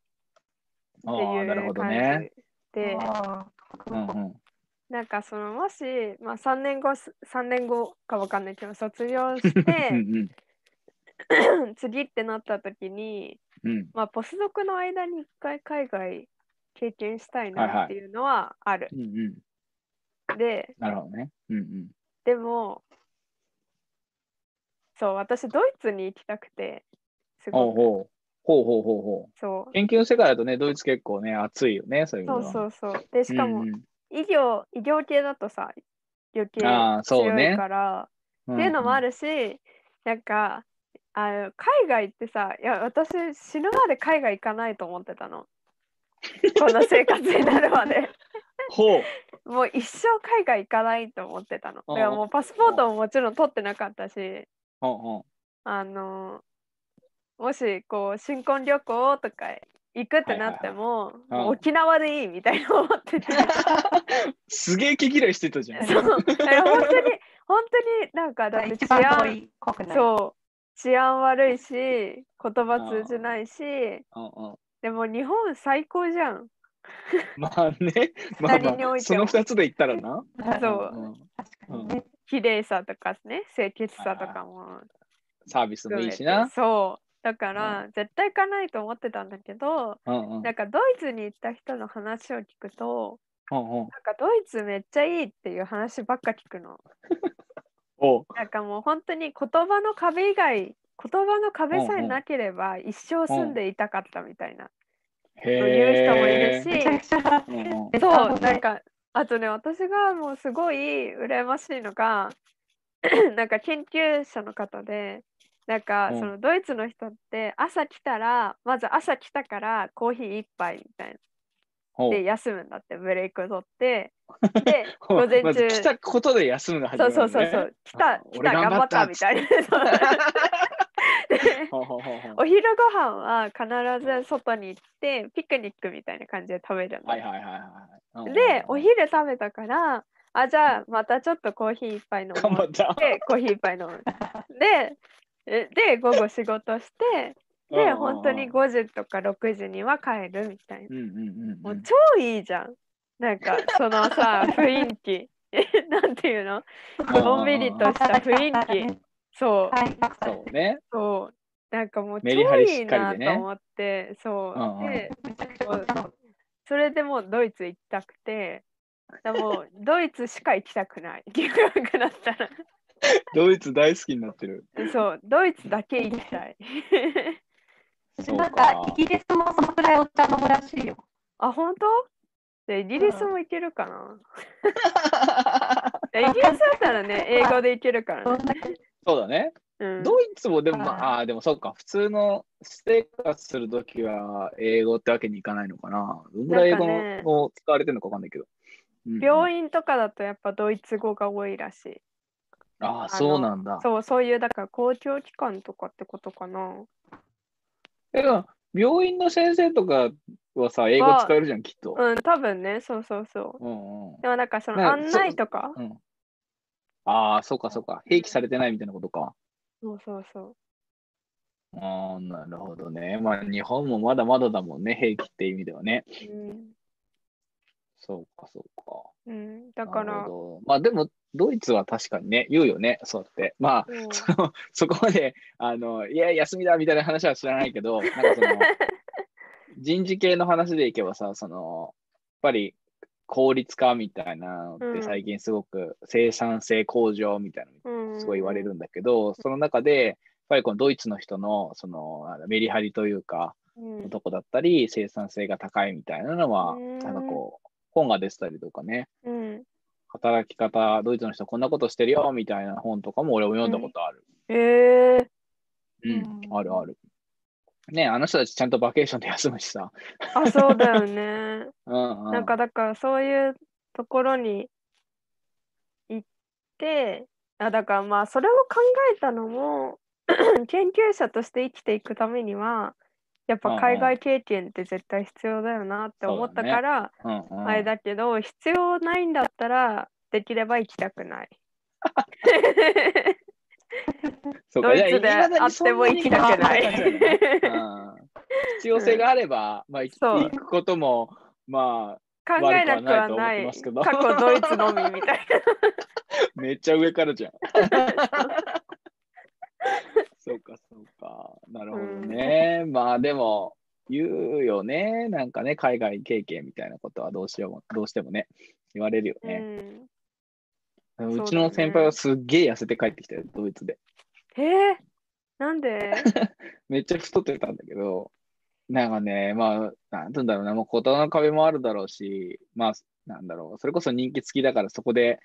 ああ、なる
い
ほ
う
ど
感じ
ね。
で、
あ
うん
ー
うん。
なんかそのもし、まあ、3年後す3年後かわかんないけど卒業し
う
て
ん
次ってなった時に、
うん。うん。
まあ、ポスドクの間に1回海外経験したいなっていうのはある。
うんうん。
で
なるほどね。うんうん。
でもそう私ドイツに行きたくてす
ほう
ごく
ほう。ほうほうほうほ
そう
う。研究の世界だとね、ドイツ結構ね、熱いよね、そういうの
そ
は。
うそうそうでしかも
うん
医療医療系だとさ余計
あーそう
強
ね
いから。
うん、
っていうのもあ
る。
るし、なんかあの海外ってさいや私死ぬまで海外行かないと思って たのこんな生活になるまで
ほう。
もう一生海外行かないと思ってたのだ
ああ
からもうパスポートももちろん取ってなかったし
ほうほ
あのもしこう新婚旅行とか行くってなっても,、
はいはい
もう沖縄でいいみたいな思っ てて
う。すげえ毛嫌いしてたじゃん。
そうだから本当に本当になんかだって
一
治
番遠
安
い国内。
そう治安悪いし言葉通じないし
うんうん
でも日本最高じゃん
まあね、まあ
二人に
ま
お
あ、
いて
そ
は
の2つで言ったらな。
そうん
ん
確かにね。
綺麗さとかね清潔さとかも
サービスも
含
い
め
い
て
しな。
そうだから絶対行かないと思ってたんだけど
うんうん。うん
なんかドイツに行った人の話を聞くと
うん。
なんかドイツめっちゃいいっていう話ばっか聞くの
おう
なんかもう本当に言葉の壁以外言葉の壁さえなければ一生住んでいたかったみたいな
へ
そういう人もい
え
るし、
めちゃくちゃ。
うんうん
そう、なんか、あとね、私がもうすごい羨ましいのが、 なんか研究者の方で、なんか
うん
そのドイツの人って朝来たら、まず朝来たからコーヒー一杯みたい
ほ
な。
う
で、休むんだって、ブレイクを取って。で、
ほう
午前
まず
中。
来たことで休むのが 始
そ
ま
う
るの
そう
ね。
そうそう。来た、来
俺
た、
頑
頑
張
張
っ
ったたみたい な。そうで
ほうほうほうほう
お昼ご飯は必ず外に行って、ピクニックみたいな感じで食べるの。
はいはいはいはいはい。
で、お
昼
昼食べたから、あ、じゃあまたちょっとコーヒー一杯飲も
頑張
う
った。
で、コーヒー一杯飲む。で、えで、午後仕事して、
うんうん
で、
うん
本当に5時とか6時には帰るみたい
うん
な。
うんうん
も
う。
うん超いいじゃん。なんか、その さ、雰囲気。えなんていうののんびりとした雰囲気。そう、
はい、たくさん
そうね。
そう。なんかもう
メリハ
超
リ
い
し
い
っか
な
りで
と
ね
思って、そう
うんうん。
で、
めちゃくちゃ楽しそう。
それでもうドイツ行きたくて、でもうドイツしか行きたくない。 留学だったら。
ドイツ大好きになってる。
そう、ドイツだけ行きたい。
なんかイギリスもそのくらいお茶飲むらしいよ。
あ、本当じゃあイギリスもいけるかな。いやイギリスだったらね、英語でいけるから
どん
ね。
だけ
そうだね。
うん、
ドイツもでも、
はい
まああー、でもそうか、普通の生活するときは英語ってわけにいかないのかな。どんぐらい英語
なんかね
を使われてるのかわかんないけど。うん
病院とかだとやっぱドイツ語が多いらしい。
ああ、
の
そうなんだ。
そう、そういうだから公共機関とかってことかな。
でも病院の先生とかはさ、英語使えるじゃん、きっと。
うん、多分ね、そうそうそ
うんうん
う。でもなんかそ
ね
の案内とか、
うん、ああ、そうかそうか。併記されてないみたいなことか。
そうそうそう。
ああ、なるほどね。まあ、日本もまだまだだもんね、併記って意味ではね。
うん
そうか、そうか。
うん、だか
なる
ら、
ほどまあでも、ドイツは確かにね、言うよね、そうやって。まあ、
うん
そのそこまで、あの、いや、休みだみたいな話は知らないけど、なんかそ の、人事系の話でいけばさ、その、やっぱり効率化みたいなのっ
う
て
ん
最近すごく生産性向上みたいな
う ん
すごい言われるんだけど、その中で、やっぱりこのドイツの人の、その、あのメリハリというか、
うん
とこだったり、生産性が高いみたいなのは、
うん
なんかこう、本が出てたりとかね、
うん、
働き方、ドイツの人こんなことしてるよみたいな本とかも俺も読んだことある。
えー、
うん、
うん
あるある。ねあの人たちちゃんとバケーションで休むしさ。
あ、そうだよ ね。
うんうん、
なんかだからそういうところに行ってあだからまあそれを考えたのも 研究者として生きていくためにはやっ
うんう
ぱ
ん
海外経験って絶対必要だよなって思ったから、
うんうん、
あれだけど必要ないんだったらできれば行きた くない。
そう
ド
か
イ
いや
ツであ
未だ
っ
にそん
ても行きたくない
に考えてないよね うん必要性があれば、まあ、行き
そう
行くことも、ま
考えなくはな
悪くはないと思ってま
い
すけど
過去ドイツのみみたい
あ、めっちゃ上から じゃん。そうか、そうか。なるほどね。まあ、でも、言うよね。なんかね、海外経験みたいなことはどうしようも、どうしてもね、言われるよ
な。う
ね。
ん、
う
そうだね
ちの先輩はすっげえ痩せて帰ってきたよ、ドイツで。
えー、なんで
めっちゃ太ってたんだけど、なんかね、まあ、なんて言うんだろうな、もう言葉の壁もあるだろうし、まあ、なんだろう、それこそ人気付きだからそこで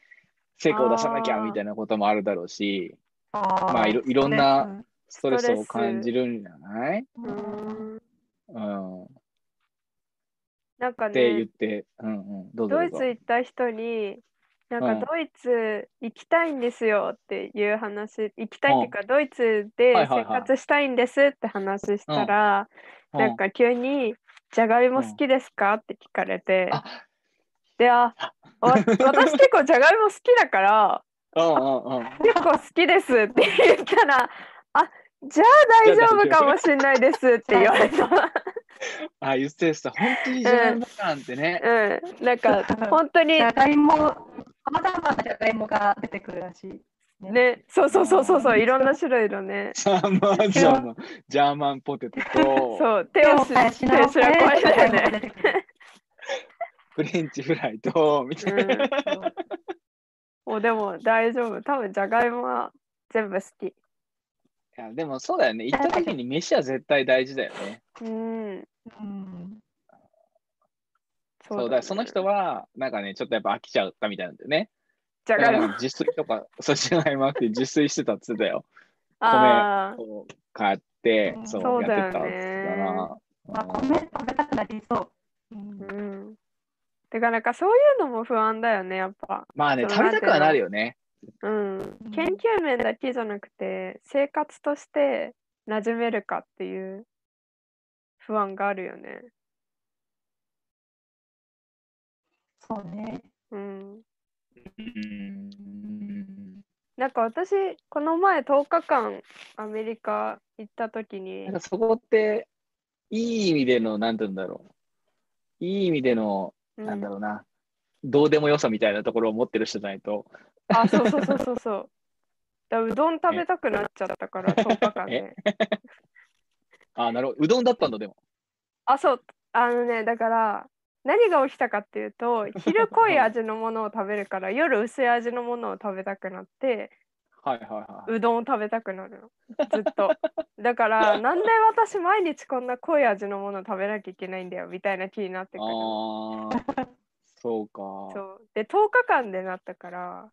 成果を出さなきゃ
あー
みたいなこともあるだろうし、
あ
まあいろいろんな
うん
ストレスを
ストレス
感じるんじゃないう
ーん
うん。っ
なんか
て言
ね
っ、て、うんうん、どうぞ
ドイ
どうぞ
ツ。行った人に、なん
うん
かドイツ行きたいんですよっていう話、行きたいっていうか、ドイツで
はいはいは
生
い
活したいんですって話したら、
うん
なんか急に、じゃがいも好きですかって聞かれて、
あ
で、あ、わ私結構じゃがいも好きだ から、
うんうんうん。
結構好きですって言ったら、あ、じゃあ大丈夫かもしれないですって言われた。
あ、言ってた、本当に自分のなんてね。
うん、なん か本当に
じゃがいも、まだまだじゃがいもが出てくるらしい。
ね、そうそうそうそうそう、いろんな種類のね。
ジャーマン、ジャーマン、ジャーマンポテトと、
そう、手をし、
返し
手
直
を
して
しろこえだよ
じゃがいもが
ね。
出てくる
フレンチフライと、みたいな。
もうでも大丈夫、多分じゃがいもは全部好き。
いやでもそうだよね。行った時に飯は絶対大事だよね。
うん、
うん
そうだ、その人
は。
は、なんかね、ちょっとやっぱ飽きちゃったみたいなんだよね。
じゃ
だか
がい
ら
も。
自炊とか、 そうじゃないもあって自炊してたっつってたよ。
ああ、
こう買って
う、ん
そう
そうだよ
やってたっつっ
うんま
て
あ、
たな。うん
米食べたくなりそう。うん
うん。てか、なんかそういうのも不安だよね、やっぱ。
まあね、
そう
食べたくはなるよね。
うん。研究面だけじゃなくて、生活として馴染めるかっていう不安があるよね。
そうね。
うん。
うん
なんか私この前10日間アメリカ行った時に
なんかそこって、いい意味での、なんて言うんだろう。いい意味での、
うん
なんだろうな。どうでもよさみたいなところを持ってる人じゃないと。
あそうそうそうそうそうだうどん食べたくなっちゃっ たから10日間で、
あ、なるほど。うどんだったんだ、でも。
あそうあのねだから何が起きたかっていうと昼濃い味のものを食べるから夜薄い味のものを食べたくなって
はいはいはい。
うどんを食べたくなるのずっとだからなんで私毎日こんな濃い味のものを食べなきゃいけないんだよみたいな気になってくる
ああ。そうか。
そうで10日間でなったから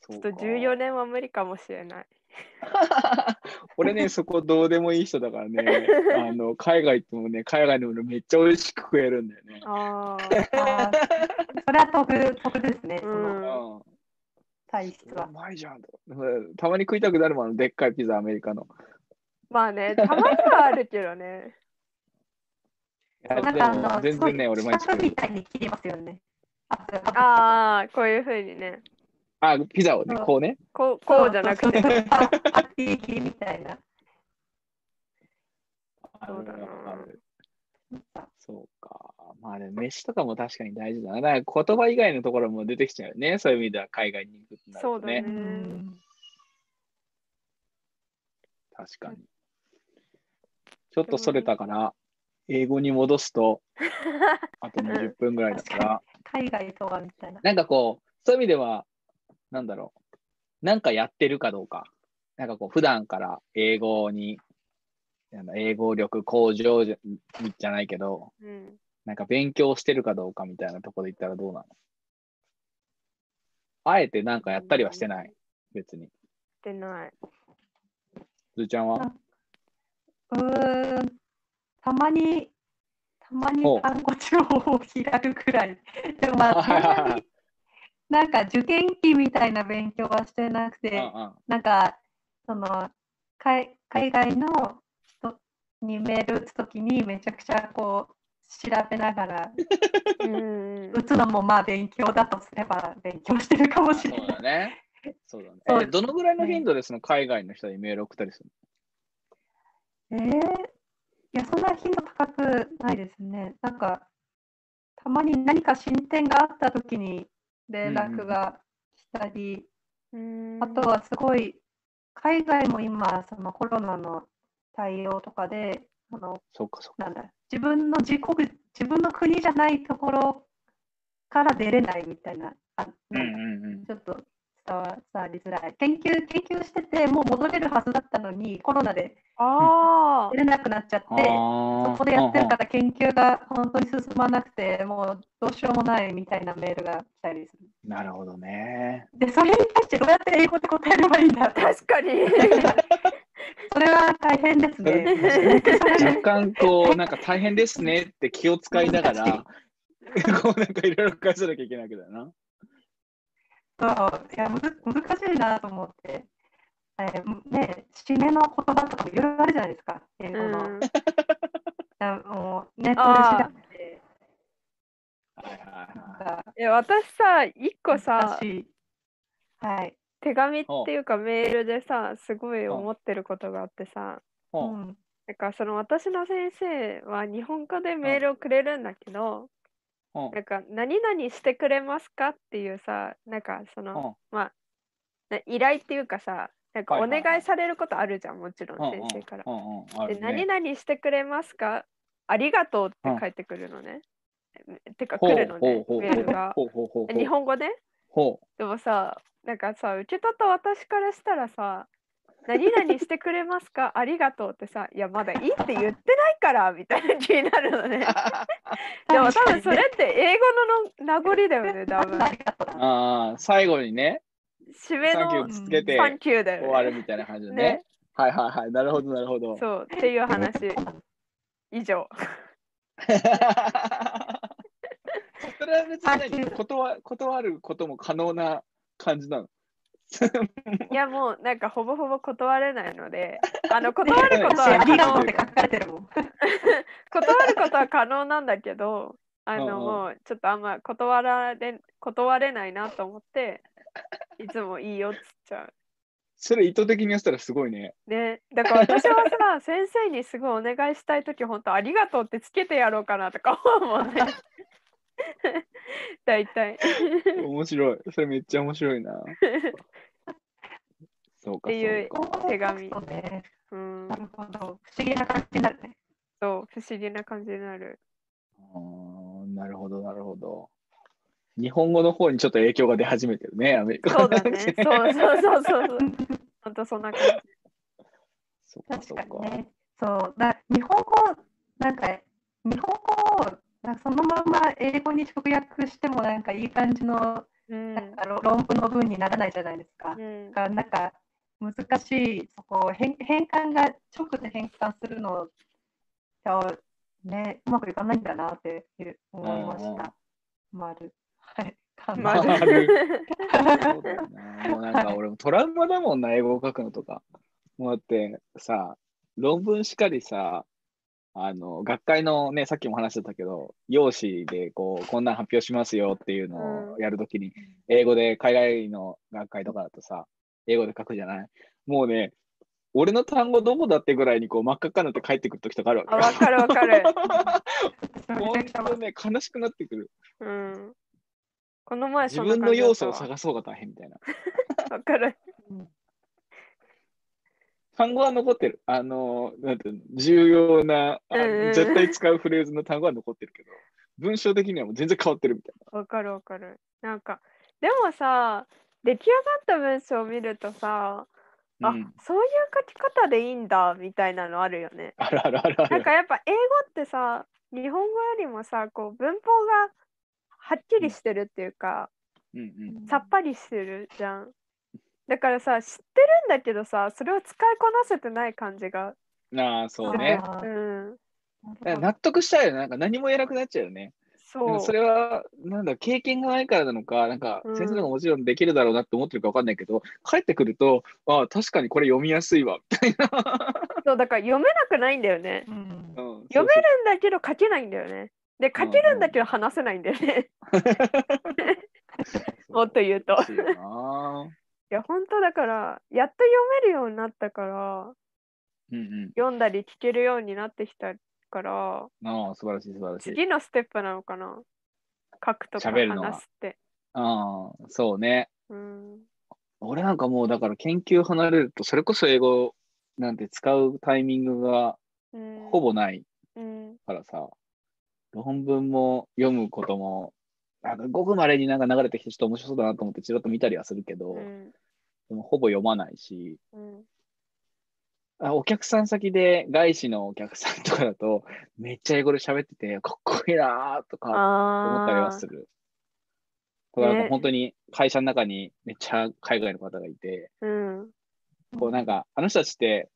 そ
ちょ
う
っ
か
と14年は無理かもしれない
俺ね、そこどうでもいい人だから ね、あの海外行ってもね、海外のものめっちゃ美味しく食えるんだよね。
あー
あーそれは得得ですね、
う
その
ん
うん
体質は
う。まいじゃんと。うんたまに食いたくなるもんあの、でっかいピザ、アメリカの。
まあねたまにはあるけど ね
いや
なん
で
かあ
も
の、
全然ね、俺毎日
四
食
角
う
み。たいに切れますよね。ああ
ああこういうふうにね
あ、ピザをね、
そう
こうね。
こうこうじゃなくて
そうそうそうパティ切りみたいな。
そうだな
あるそうか。まあでも飯とかも確かに大事だな。なんか言葉以外のところも出てきちゃうよね。そういう意味では海外に行くってなると
そうだね
うん
確かに。ちょっとそれたから、英語に戻すと、あと20分ぐらいだから、
海外とはみたいな。
なんかこう、そういう意味では、なんだろう、なんかやってるかどうか、なんかこう、普段から英語に、あの英語力向上じゃじゃないけど、
うん
なんか勉強してるかどうかみたいなところで言ったらどうなのあえてなんかやったりはしてない、別に。
して ない
ずーちゃんは
うーん。たまに、たまに
ほう
単語帳を開くくらい。でもまあ、そんなになんか受験期みたいな勉強はしてなく
うんう
て、
ん。
なんか、その、海海外の人にメール打つときにめちゃくちゃこう、調べながら
うんうん
打つのもまあ勉強だとすれば勉強してるかもし
そう
れない。
だね。そうだね。え
そう
どのぐらいの頻度でその海外の人にメール送ったりする
えー、いや、そんな頻度高くないですね。なんか、たまに何か進展があったときに連絡が来たり、
うん
あとはすごい、海外も今、そのコロナの対応とかで、あの
のそうかそうか。
なんだ、自分の自国、自分の国じゃないところから出れないみたいな、あ
うん
な
うん
か
んうん。
ちょっと伝わ伝わりづらい。研究、研究してて、もう戻れるはずだったのに、コロナで
あ
出れなくなっちゃっ
あ
て、
ー
そこでやってるか
うん
ら研究が本当に進まなくて、もうどうしようもないみたいなメールが来たりする。
うんなるほどね。
で、それに対してどうやって英語で答えればいいんだ
あ確かに
それは大変です
それ
ね。
若干こう、なんか大変ですねって気を使いなが ら、こうなんかいろいろ返さなきゃいけないわけだよな。
そういやむず難しいなと思って、えーね、締めの言葉とかもいろいろあるじゃないですか、英語
う
の。
ん
あもうネットで調べて、
はいはい
なん
は
か
え私さ一個さ
難しいはい。
手紙っていうかメールでさすごい思ってることがあってさ
いうん
うん
なんかその私の先生は日本語でメールをくれるんだけど
うん
なんか何々してくれますかっていうさなんかそのまあな依頼っていうかさなんか
はいは
お
いはい
願いされることあるじゃんもちろん
うんうん
先生から。
うんうんあ
で
るね
何々してくれますかありがとうって返ってくるのね。てか
ほ
来
う
るのね
ほうほう
メールが。
ほうほうほうほう
日本語で
ほう
でもさなんかさ受け取った私からしたらさ「何々してくれますかありがとう」ってさ「いやまだいいって言ってないから」みたいな気になるのね。でも多分それって英語の名残だよね多 分
あ。りがとう
ああ、最後にね、
締め
サンキュ
の
ーつけて
サンキューだ
終わ
よね。
るみたいな感じでね
ね。
はいはいはい。なるほどなるほど。
そうっていう話以上。
それは別に
はい
何断断ることも可能な感じなの。
いやもうなんかほぼほぼ断れないのであの断ること
私
は
あ
可
りがとう
能
って書かれてるもん。
断ることは可能なんだけどあ
うんうん
のもうちょっとあんま断られ断れないなと思っていつもいいよっつっちゃう。
それ意図的にやったらすごいね。
ね、 だから私はさ先生にすごいお願いしたい時本当ありがとうってつけてやろうかなとか思うもんね。大体。
面白い。それめっちゃ面白い な。そうか
っていう
そうか。
手紙
そうね
うん
な、るほど。不思議な感じになるね。
そう不思議な感じになる。
あーなるほどなるほど。日本語の方にちょっと影響が出始めてるね、アメリカ
そうだね。そうそうそうそうそう。本当そんな感じ。
そうか
確
そ
かに
うか。
ね。そうだ日本語なんか日本語をなんかそのまま英語に直訳してもなんかいい感じの
うん
なんかろ論文の文にならないじゃないですか。
うん
だからなんか難しいそこを変変換が直で変換するのがねうまくいかないんだなって思いました。丸はい。丸
まあ
まあ
るそうだよな。もうなんか俺もトラウマだもんな、英語を書くのとか。もうだってさ、論文しかりさ、あの、学会のね、さっきも話してたけど、用紙でこう、こんなん発表しますよっていうのをやるときに、英語で海外の学会とかだとさ、英語で書くじゃないもうね、俺の単語どこだってぐらいにこう真っ赤っかになって帰ってくるときとかあるわけ
あ
よ
わかるわかる。
本
めちゃくちゃ
当ね、悲しくなってくる。
うん。この前
自
そんな
分
感
の
じだ
要
った
素
わ
を探そうが大変みたいな。
わかる。
単語は残ってる。あの、なんていうの重要な、あの
うんうん
絶対使うフレーズの単語は残ってるけど、文章的にはもう全然変わってるみたい
わかるわかる。なんかでもさ出来上がった文章を見るとさ、
な。
あ
うん、
そういう書き方でいいんだみたいなのあるよね。
あるあるあるあ
なん
る。
かやっぱ英語ってさ日本語よりもさこう文法がはっきりしてるっていうか、
うんうん、
さっぱりしてるじゃん。だからさ知ってるんだけどさそれを使いこなせてない感じが。
ああ、そうね。
あ
う
ー
ん。
だから納得したいよね。なんか何も偉くなっちゃうよね。なん
そ
か
う。
それは、なんだ、経験がないからなのか、なんか
うん
先生の方がもちろんできるだろうなって思ってるかわかんないけど、帰ってくると、ああ、確かにこれ読みやすいわ、みたいな。
そうだから読めなくないんだよね。
うん
うん
読めるんだけど書けないんだよね。で
うん
書けるんだけど話せないんだよね。 もっと言うと。
そうそうそう難し
いや本当だからやっと読めるようになったから
いよなうん
読んだり聞けるようになってきたから
うん。ああ、素晴らしい、素晴らしい。
次のステップなのかな書くとか
喋るのは
話すって。
ああ、そうね。
うん
俺なんかもうだから研究離れるとそれこそ英語なんて使うタイミングが
うん、
ほぼない
うん、
からさ、論文も読むことも、なんかごくまれになんか流れてきてちょっと面白そうだなと思ってちらっと見たりはするけど、
うん
でもほぼ読まないし、
うん
あお客さん先で外資のお客さんとかだとめっちゃ英語で喋っててかっこいいなーとか思ったりは
あ
する。だからなん
ね
か本当に会社の中にめっちゃ海外の方がいて、
ーうん
こうなんか、あの人たちって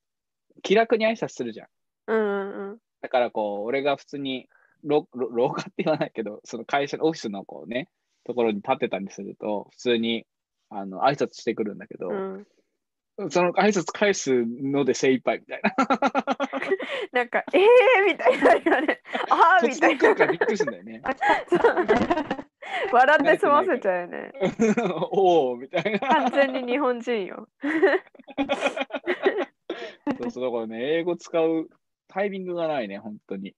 気楽に挨拶するじゃん。
うんうん
だからこう、俺が普通にろろ廊下って言わないけど、その会社のオフィスのこうね、ところに立ってたりすると、普通にあの挨拶してくるんだけど、
うん、
その挨拶返すので精一杯みたいな。
なんか「えー!」 みたいなよね「あー!」み
突
た
然
い
来
な
るからびっくりするんだよね。
笑って済ませちゃうよね
おおみたいな。
完全に日本人よ
そうそう、だからね、英語使うタイミングがないね、本当に。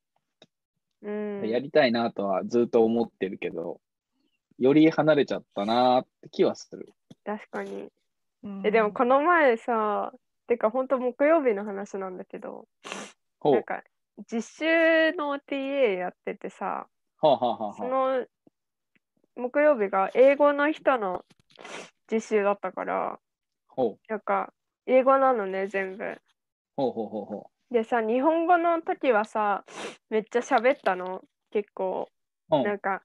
うん
やりたいなとはずっと思ってるけど、より離れちゃったなーって気はする。
確かに
うん
えでもこの前さてか本当木曜日の話なんだけど
ほう
なんか実習の TA やっててさ
はあ、はあはあ
そ
はあ、
の木曜日が英語の人の実習だったから
ほう
なんか英語なのね全部
ほうほうほうほ
でさ日本語の時はさめっちゃ喋ったの結構
う。うん
なんか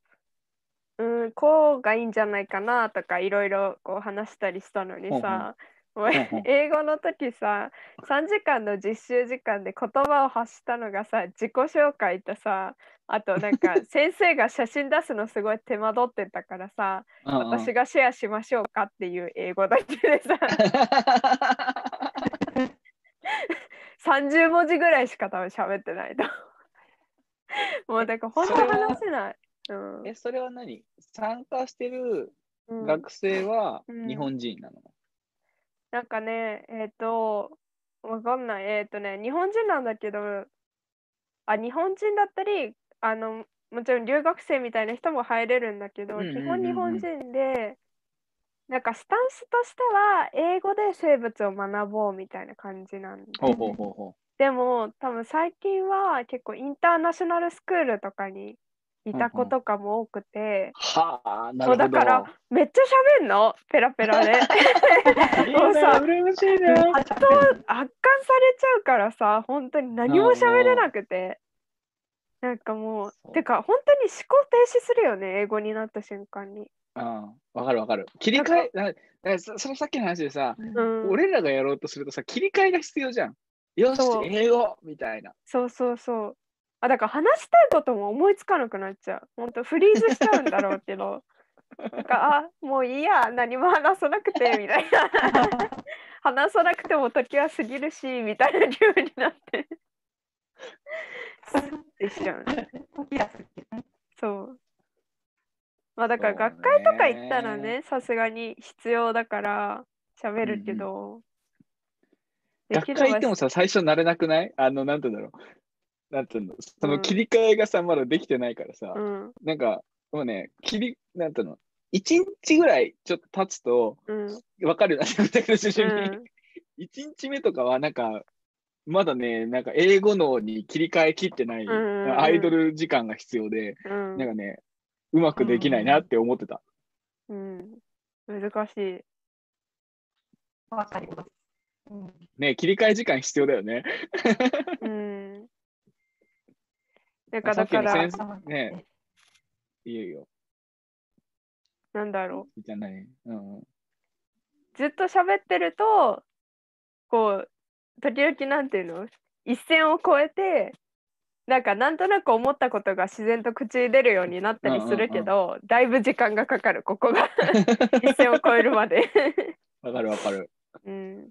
うーんこうがいいんじゃないかなとかいろいろこう話したりしたのにさ、もう
うんうん
英語の時さ3時間の実習時間で言葉を発したのがさ自己紹介とさあとな んか先生が写真出すのすごい手間取ってたからさ
うんうん
私がシェアしましょうかっていう英語だけ でさ30文字ぐらいしか多分喋ってないと思 う。もうだから本当
それは
話せない。う ん
え、それは何参加してる
うん
学生は
うん
日本人なの、
なんかね、えっ、と、わかんない。えっ、とね、日本人なんだけど、あ、日本人だったり、あの、もちろん留学生みたいな人も入れるんだけど、
うんうんうんうん
基本日本人で、なんかスタンスとしては、英語で生物を学ぼうみたいな感じなんで。
ほうほうほうほ
でも、多分最近は結構インターナショナルスクールとかにいた子とかも多くて、
う。はあ、な
そ
る
う
ほど。
だから、めっちゃ喋んの、ペラ ペラで。
いい
もう
な、
さ
羨ましいな。
あちょっと
圧巻されちゃうからさ本当に何も喋れなくてなんかもう
そう
てか本当に思考停止するよね英語になった瞬間に。
ああ、わかるわかる。切り替え、ななそそのさっきの話でさ、
うん、
俺らがやろうとするとさ、切り替えが必要じゃん。よし
そう、
英語みたいな。
そうそうそう。あだから話したいことも思いつかなくなっちゃう。本当フリーズしちゃうんだろうけ ど。なんかあもういいや何も話さなくてみたいな 話さなくても時は過ぎるしみたいな理由になってできちゃう
時は過ぎるね
そうまあだから
そう
学
ね
会とか行ったらねさすがに必要だから喋るけど、で
学
きれば
会行ってもさ、最初慣れなくないあの、なんて言うんだろう。なんて言うんだろう。その切り替えがさ、まだできてないからさ、
うん
なんか、もうね、切り、なんて言うの、一日ぐらいちょっと経つと、
うん
わかるようになってくるし、徐々
う
に
ん
一日目とかはなんか、まだね、なんか英語脳に切り替えきってない、
うんうんうん
アイドル時間が必要で、
うん
なんかね、うまくできないなって思ってた。
うん、難しい。
わかります。うん
ね、切り替え時間必要だよね。
うん。なんか
さっ
だ
きの
から
先、ねいいよいいよ。
なんだろ
じゃない。うんうん。
う。ずっと喋ってると、こう、時々なんていうの一線を越えて、なんかなんとなく思ったことが自然と口に出るようになったりするけど、だいぶ時間がかかる、ここが。一線を越えるまで。
わかるわかる。
うん。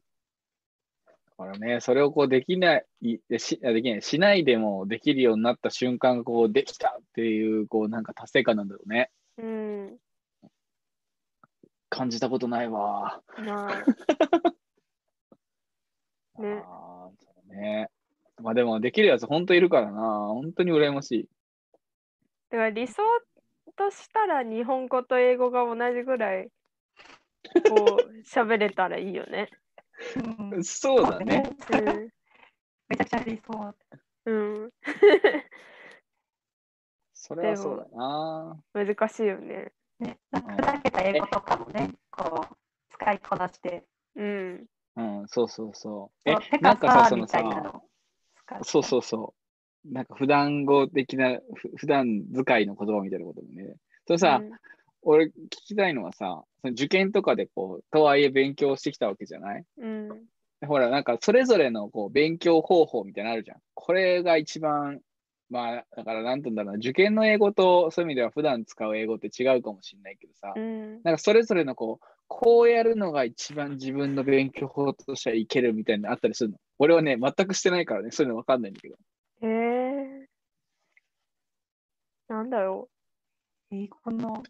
だからね、それをこうできない、でしあできない、しないでもできるようになった瞬間、こうできたっていう、こうなんか達成感なんだろうね。
うん。
感じたことないわ。
まあ。ね。
あーそうね。まあでもできるやつ本当いるからな。本当に羨ましい。
だから理想としたら日本語と英語が同じぐらいこう喋れたらいいよね。
うん
そうだね。。
めちゃくちゃ理想。
うん、うん、
それはそうだな。
難しいよね。
ね、なんか砕けた英語とかもね、こう、使いこなして、
うん、
うん、そうそうそう。
こ
え
う、手
な
か
んかさ、
さ
そ
み
の
たいなの
さ、
を使って
そうそうそう。なんか普段語的な、ふ普段使いの言葉みたいなこともね。それさ、
うん
俺聞きたいのはさ、その受験とかでこう、とはいえ勉強してきたわけじゃない
うん、
ほら、なんかそれぞれのこう勉強方法みたいなのあるじゃん。これが一番、まあ、だからなんて言うんだろうな、受験の英語とそういう意味では普段使う英語って違うかもしれないけどさ、
うん、
なんかそれぞれのこう、こうやるのが一番自分の勉強法としてはいけるみたいなのあったりするの。俺はね、全くしてないからね、そういうの分かんないんだけど。
えー、なんだろ
英語の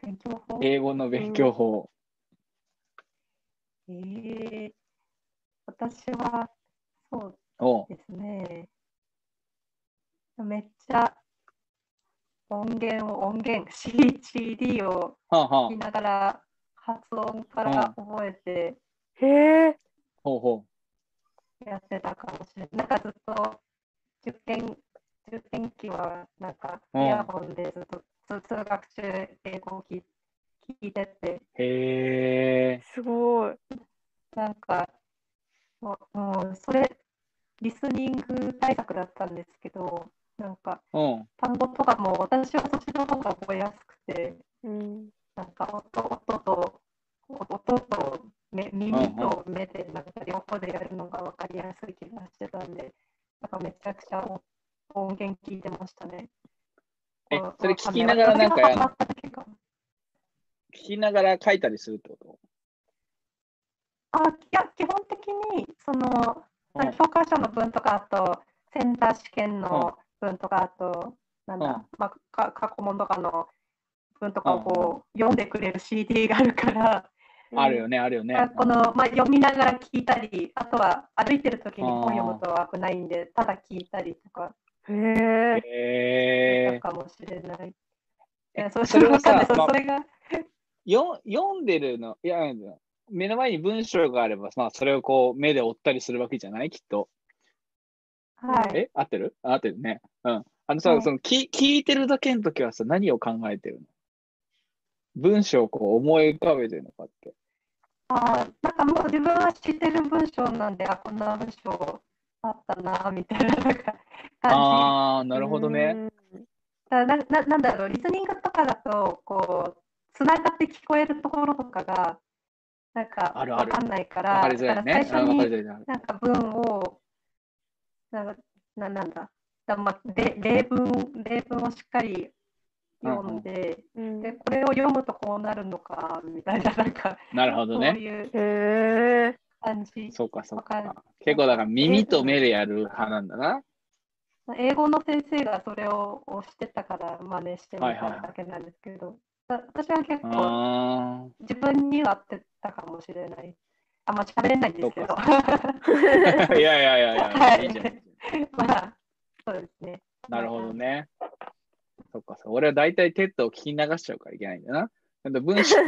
勉強法。え
英語の勉強法。
ー私は、そう
おう
ですね。めっちゃ音源を音源、C- CD を
はあは
聞き
あ。
ながら発音から覚えて
う。へえ
ほうほ
やってたかもしれない。なんかずっと受験、受験期はなんか
う
イ
ん
ヤホンでずっと通通学中英語を聞い聞いてて、
う。へえ。
すごい。
なんかもうもうそれリスニング対策だったんですけど、なんか
うん。
単語とかも私はそっちの方が覚えやすくて、
うん、
なんか音音と音と目耳と目でなんか両方でやるのが分かりやすい気がしてたんで、なんかめちゃくちゃ音音源聞いてましたね。
え
こう
それ聞きながらなんかやんの
わかんない
聞きながら書いたりするってこ
あいや基本的にその
とうん。
教科書の文とかあとセンター試験の文とかあとなん
う
だ
ん、
まあ、か過去問とかの文とかを
うん
こう読んでくれる CD があるから。
あるよね、あるよね。
あこの、まあ、読みながら聞いたり、あとは歩いてる時に本読むと危ないんで、ただ聞いたりとか、
へえ
へ
だ
え
かもしれない。い
え
やそう
それはさ
わかんないそ
まあ
それが、
よ読んでるの、いや、なんだろう目の前に文章があれば、まあ、それをこう目で追ったりするわけじゃないきっと。
はい。
え合ってるあ合ってるね。うん。あのさ、
はい
その聞聞いてるだけの時はさ、何を考えてるの文章をこう思い浮かべてるのかって。
あーなんかもう自分は知ってる文章なんで、あ、こんな文章あったな、みたいな、なんか考感じ。
ああ、なるほどね。
だなななんだろう、リスニングとかだと、こう、つながって聞こえるところとかが、なんか、
あるある
わかんないから、
わかりづらい
だ
ね。
か
あ
ら最初
わ
に
かりづらいね。
なんか文を、なんかななんだ、だまあ、で例文例文をしっかり読んで、
うん。
で
へ
これを読むとこうなるのかみたいな、なんか、
なるほど
そう
ね。
いう
え。
感じ。
そうか、そう
わか
か。結構だから耳と目でやる派なんだな。
英語の先生がそれをしてたから真似してみただけなんですけど、だ私は結構
あ
自分には合ってたかもしれない。あんま喋れないんですけ
そ
ど
う、あ。 いやいやいやい
は
や、
い
いいじゃん。いいじ
まあ、そうですね。
ゃんなるほどね。そっか、そう。俺は大体テッドを聞き流しちゃうからいけないんだな。なんか文章を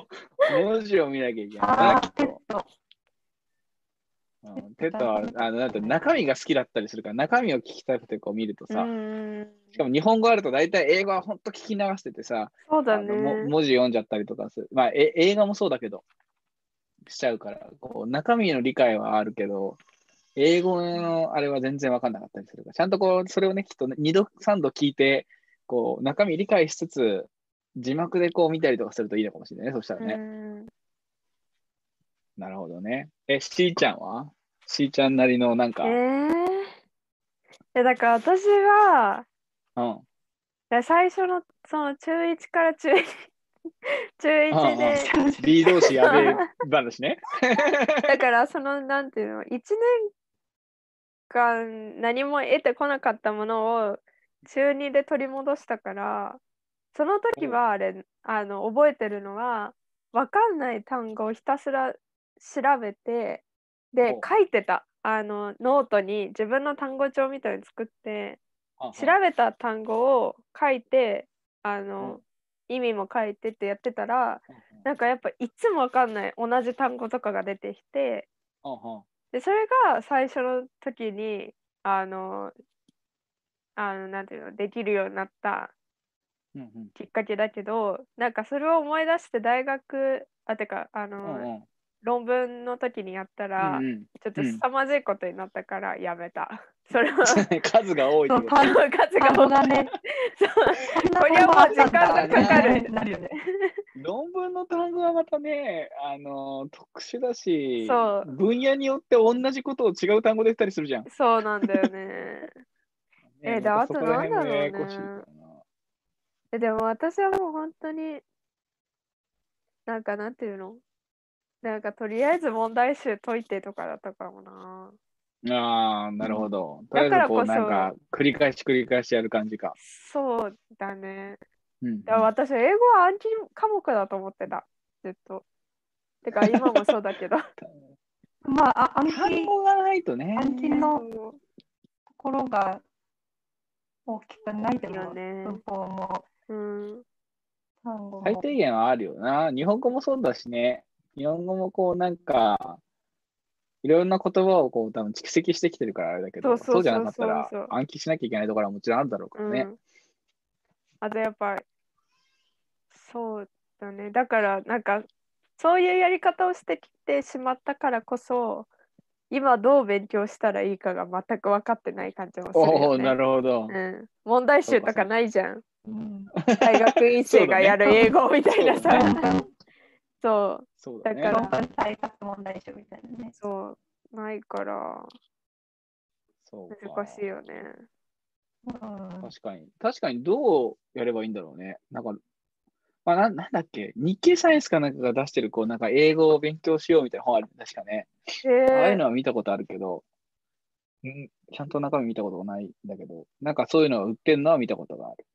こう、文字を見なきゃいけないんだ
あ
な、
あ
き
ー、
っ
ペッ
と。
ト。
うんテッドは、あの、だって中身が好きだったりするから、中身を聞きたくてこう見ると
う
さ、
ん。
しかも日本語あると大体英語はほんと聞き流しててさ、
そうだ
あのも
ね。
文字読んじゃったりとかする。まあ、え映画もそうだけど、しちゃうから、こう中身の理解はあるけど、英語のあれは全然わかんなかったりするから、ちゃんとこう、それをね、きっとね、2度、3度聞いて、こう、中身理解しつつ、字幕でこう見たりとかするといいのかもしれないね、そしたら
う
ね。
ん
なるほどね。え、しーちゃんはしーちゃんなりのなんか、
えーえ。だから私は、
うん。
で最初のその中1から中1中1で、
B 同士やべえ話 ね。
だからそのなんていうの1年間何も得てこなかったものを中2で取り戻したからその時はあれあの覚えてるのは分かんない単語をひたすら調べてで
お
書いてたあのノートに自分の単語帳みたいに作って調べた単語を書いてあの、意味も書いてってやってたらなんかやっぱいつもわかんない同じ単語とかが出てきて
うんうん
でそれが最初の時にあのあのなんていうのできるようになった
うんうん
きっかけだけどなんかそれを思い出して大学あてかあの、
うんうん
論文の時にやったら、
うん うん
ちょっと凄まじいことになったからやめた、 それは
数が多いってこと
数が
単語
多
がね、
そう
こんな
これはもう時
が
間
かか
る
なるよね。
論文の単語はまたね、あの特殊だし
そ、う
分野によって同じことを違う単語で言ったりするじゃん。
そうなんだよね。えで
また
あと
そこら辺も
なんだろうね
ややこしいからな
えでも私はもう本当になんかなんていうのなんかとりあえず問題集解いてとかだったかもな。
ああ、なるほど。とりあえ
だ
ず
から
こ
こ
う
そ
なんか繰り返し繰り返しやる感じか。
そうだね。
うんうん
だから私英語は暗記科目だと思ってたずっと。てか今もそうだ けど。
まあ、あ暗記
単語がないとね。
暗記のところが大きくないで
よ
も、
ね
文法も
うん。
単語
最
も。
低限はあるよな。日本語もそうだしね。日本語もこうなんか、いろんな言葉をこう多分蓄積してきてるからあれだけど、
そうそう
じゃなかった
そうそう
ら暗記しなきゃいけないところはもちろんあるだろうからね。
うん、あとやっぱそうだねだからなんかそういうやり方をしてきてしまったからこそ今どう勉強したらいいかが全く分かってない感じもする
お
よ、
お、
ね
なるほど。
うん、問題集とかないじゃん
うん
大学院生がやる英語みたいな
そうだ
さ
ね
論文
そう
そうだね。
だから
論文対策問題集みたいなね。
そうないから
そうか
難しいよね
うん
確かに。確かにどうやればいいんだろうね。なんか、まあ、ななんだっけ、日経サイエンスかなんかが出してる、こう、なんか英語を勉強しようみたいな本ある、確かね。
へ
ああいう
え
のは見たことあるけど、んちゃんと中身見たことがないんだけど、なんかそういうのが売ってるのは見たことがある。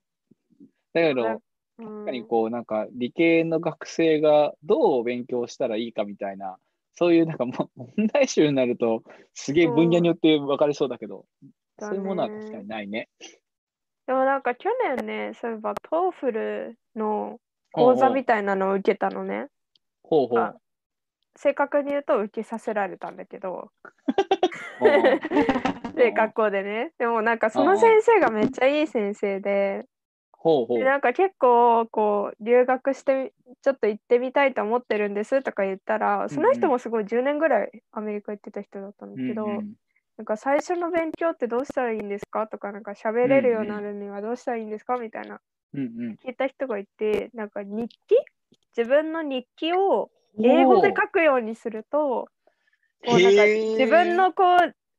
だけど、
なんか
確
うん
かにこう、なんか理系の学生がどう勉強したらいいかみたいな、そういうなんかもう問題集になると、すげえ分野によって分かれそうだけど、
そう
そういうものは
だね
確かにないね。
でもなんか去年ねそういえばトーフルの講座みたいなのを受けたのね。
ほうほう。
あ正確に言うと受けさせられたんだけど、
ほうほう
で学校でね。でもなんかその先生がめっちゃいい先生で、
ほうほう
で。なんか結構こう留学してみちょっと行ってみたいと思ってるんですとか言ったら、その人もすごい10年ぐらいアメリカ行ってた人だったんだけど、
うんうん
なんか最初の勉強ってどうしたらいいんですかとか、なんか喋れるようになるにはどうしたらいいんですかみたいな
うん
聞いた人がいて、なんか日記自分の日記を
うん。
英語で
おー
書くようにすると、
へ
こうなんか
ー
自分のこう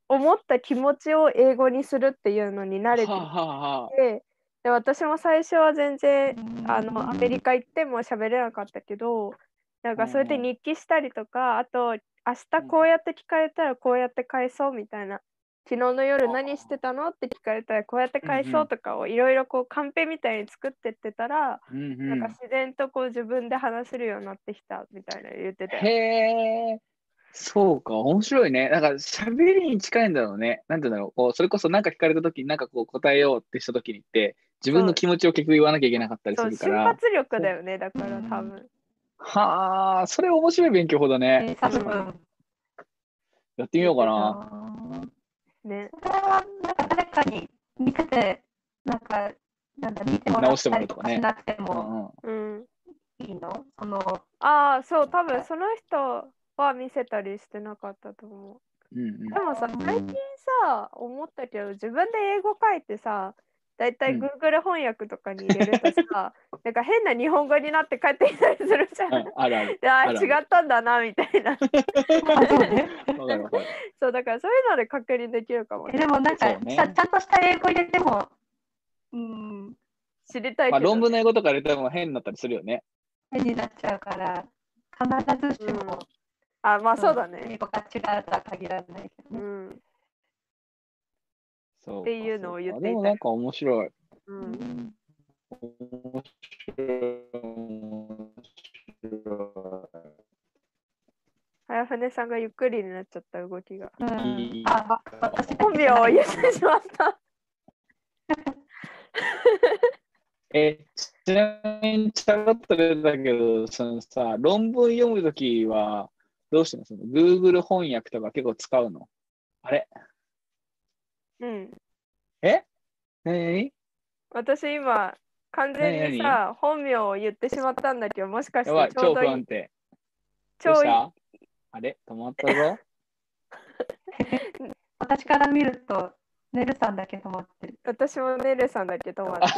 思った気持ちを英語にするっていうのに慣れてき
はあはあはあ
て、で私も最初は全然あ
うんうんうん
のアメリカ行っても喋れなかったけどなんかそれで
うんうん
日記したりとかあと明日こうやって聞かれたらこうやって返そうみたいな昨日の夜何してたのって聞かれたらこうやって
う
返
ん
そ
うん
うとかをいろいろこうカンペみたいに作ってってたら、
うんう
なん
ん
か自然とこう自分で話せるようになってきたみたいな言ってて。
へえ、そうか、面白いね。なんか喋りに近いんだろうね。なんて言うんだろう。こうそれこそ何か聞かれた時に何かこう答えようってした時にって、自分の気持ちを結局言わなきゃいけなかったり す
そう
るか
瞬
ら。
発力だよねだから多分。
はあ、それ面白い勉強法だね。
えー多分
やってみようかな。
な。
ね、
それはなんか誰かに見せて、なんか、なんだ、見てもら
直
っ
してもら
た
う
り
と
と
か
か
ね
しなくても
うんうん
うん、
いいのその、
ああそう多分その人は見せたりしてなかったと思う。
うんうん
でもさ
うん
最近さ思ったけど自分で英語書いてさだいたい
うん
Google 翻訳とかに入れると さ、なんか変な日本語になって帰ってきたりするじゃん。
うんあるあ る。
であ
ある
ー違ったんだなみたいな
あそうね
わかるわかる。
そうだからそういうので確認できるかも、
え
ね、
でもなんか、
そうね
さちゃんとした英語入れても、うん、
知りたい
まあ
けど、
論文の英語とか入れても変になったりするよね。
変になっちゃうから、必ずしも、
うんあまあそうだね、
英語が違うとは限らないけど
う
ね。
ん
そうか
っていうのを言
そう
っていた
かでもなんか面白い。
うん、
面白い。面白い。
早船さんがゆっくりになっちゃった動きが
うん
いい
あ、私
本名を言ってし まった
え、ちなみに、ちゃらっと出たけど、そのさ、論文読むときは、どうしてんのその ?Google 翻訳とか結構使うのあれ
うん
なになに
私今完全に
何
さ本名を言ってしまったんだけどもしかして
やばい、
ちょ
超
うど
不
いい
安定。
ちょう
どうし
い
たあれ止まったぞ。
私から見ると、ネルさんだけ止まってる。
私もネルさんだけどまってる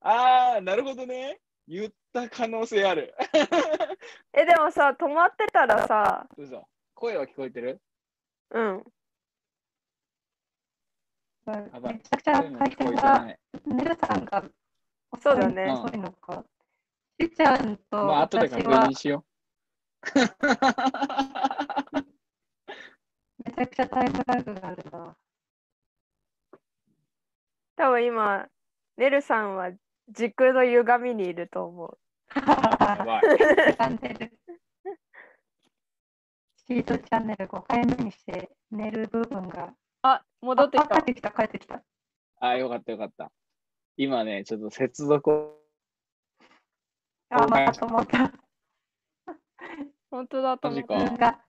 あー、なるほどね。言った可能性ある。
えでもさ止まってたらさ
嘘。声は聞こえてる
うん
め
やばい
ちゃくちゃ
声も
回
聞こ
転
えて
が、
ない。
ネルさんが遅
そう
い
だね
遅いのか。しーちゃんと
まあ、後で
私
確
は
認しよう。
めちゃくちゃタイムラグがあるな。
多分今ネルさんは時空の歪みにいると思う
やばい。
感じる。 シートチャンネル5回目にして、寝る部分が。
あ戻ってき
あ
た
帰ってきた、帰ってきた。
あ、よかったよかった。今ね、ちょっと接続を
あ、またと思った。
本当だと思っ
マ
時
ジか
た
空が、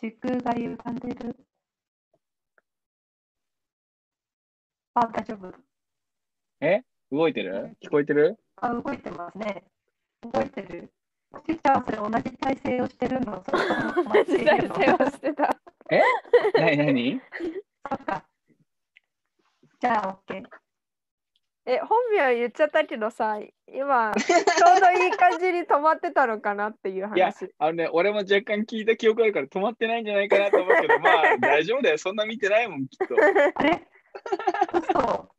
時空が歪んでる。あ、大丈夫。
動いてる聞こえてる
あ、動いてますね。動いてる。シーちゃんはそれ同じ体勢をしてるの。それとも
同じ体
の
勢をしてた
なになに
そっか。じゃあ、OK。
え本名言っちゃったけどさ今ちょうどいい感じに止まってたのかなっていう
いや
話
あのね、俺も若干聞いた記憶あるから止まってないんじゃないかなと思うけど、まあ大丈夫だよ。そんな見てないもん、きっと。
あれ嘘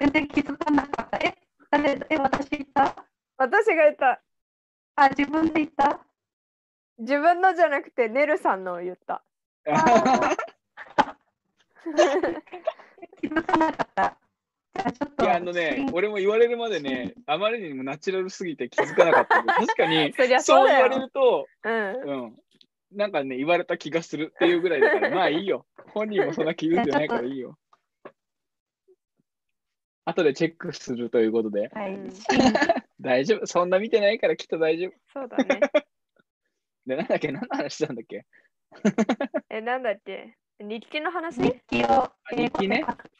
全然気づかなかった。え、誰え、私言った
私が言った
あ、自分で言った
自分のじゃなくてネルさんのを言った
あ気づかなかった。じゃあちょっ
い
と。
や、あのね、俺も言われるまでね、あまりにもナチュラルすぎて気づかなかったけど。確かに、
そりゃ
そ
そう
う言
だ
われ
よ
ると、
うん
うん。なんかね、言われた気がするっていうぐらいだから、まあいいよ。本人もそんな気づいてないからいいよ。後でチェックするということで、
はい
うん。
大丈夫。そんな見てないからきっと大丈夫。
そうだね
で、なんだっけ何の話したんだっけ
え、なんだっけ日記の話
日記を英
日
語
記
で
ね
書く。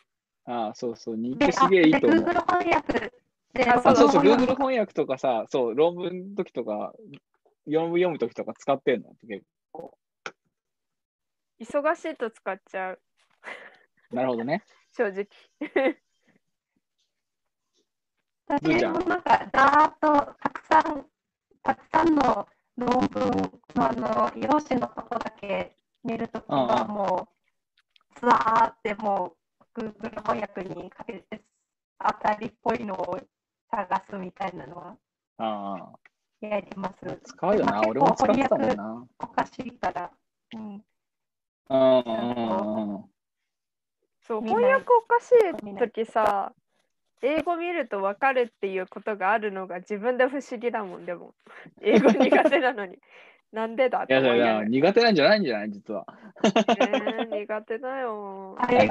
ああ、そうそう、日
で、
記すげえいい
あで
と思う。
Google 翻訳で、
あ
あ、そうそう、
この
Google 翻訳とかさ、そう、論文の時とか、論文読む時とか使ってんの結構。
忙しいと使っちゃう、
なるほどね。
正直。
私
文ちゃん
もなんか、だーっとたくさん、たくさんの論文のあの用紙のとこだけ見るとき
ああ
はもう、ずわーってもう、Google 翻訳にかけて、当たりっぽいのを探すみたいなのは
あ
やります
あ。。使うよな。
まあ
俺も使ってたもんな。
おかしいから。うん、
うんうんうんうん。
そう
見ない
翻訳おかし
見
い
ない
時さ英語見ると分かるっていうことがあるのが自分で不思議だもんで も英語苦手なのになんでだっ
い
て
やいや
思い
い
なが
や、苦手なんじゃないんじゃない実は。
らね苦手だ よ
あ れ、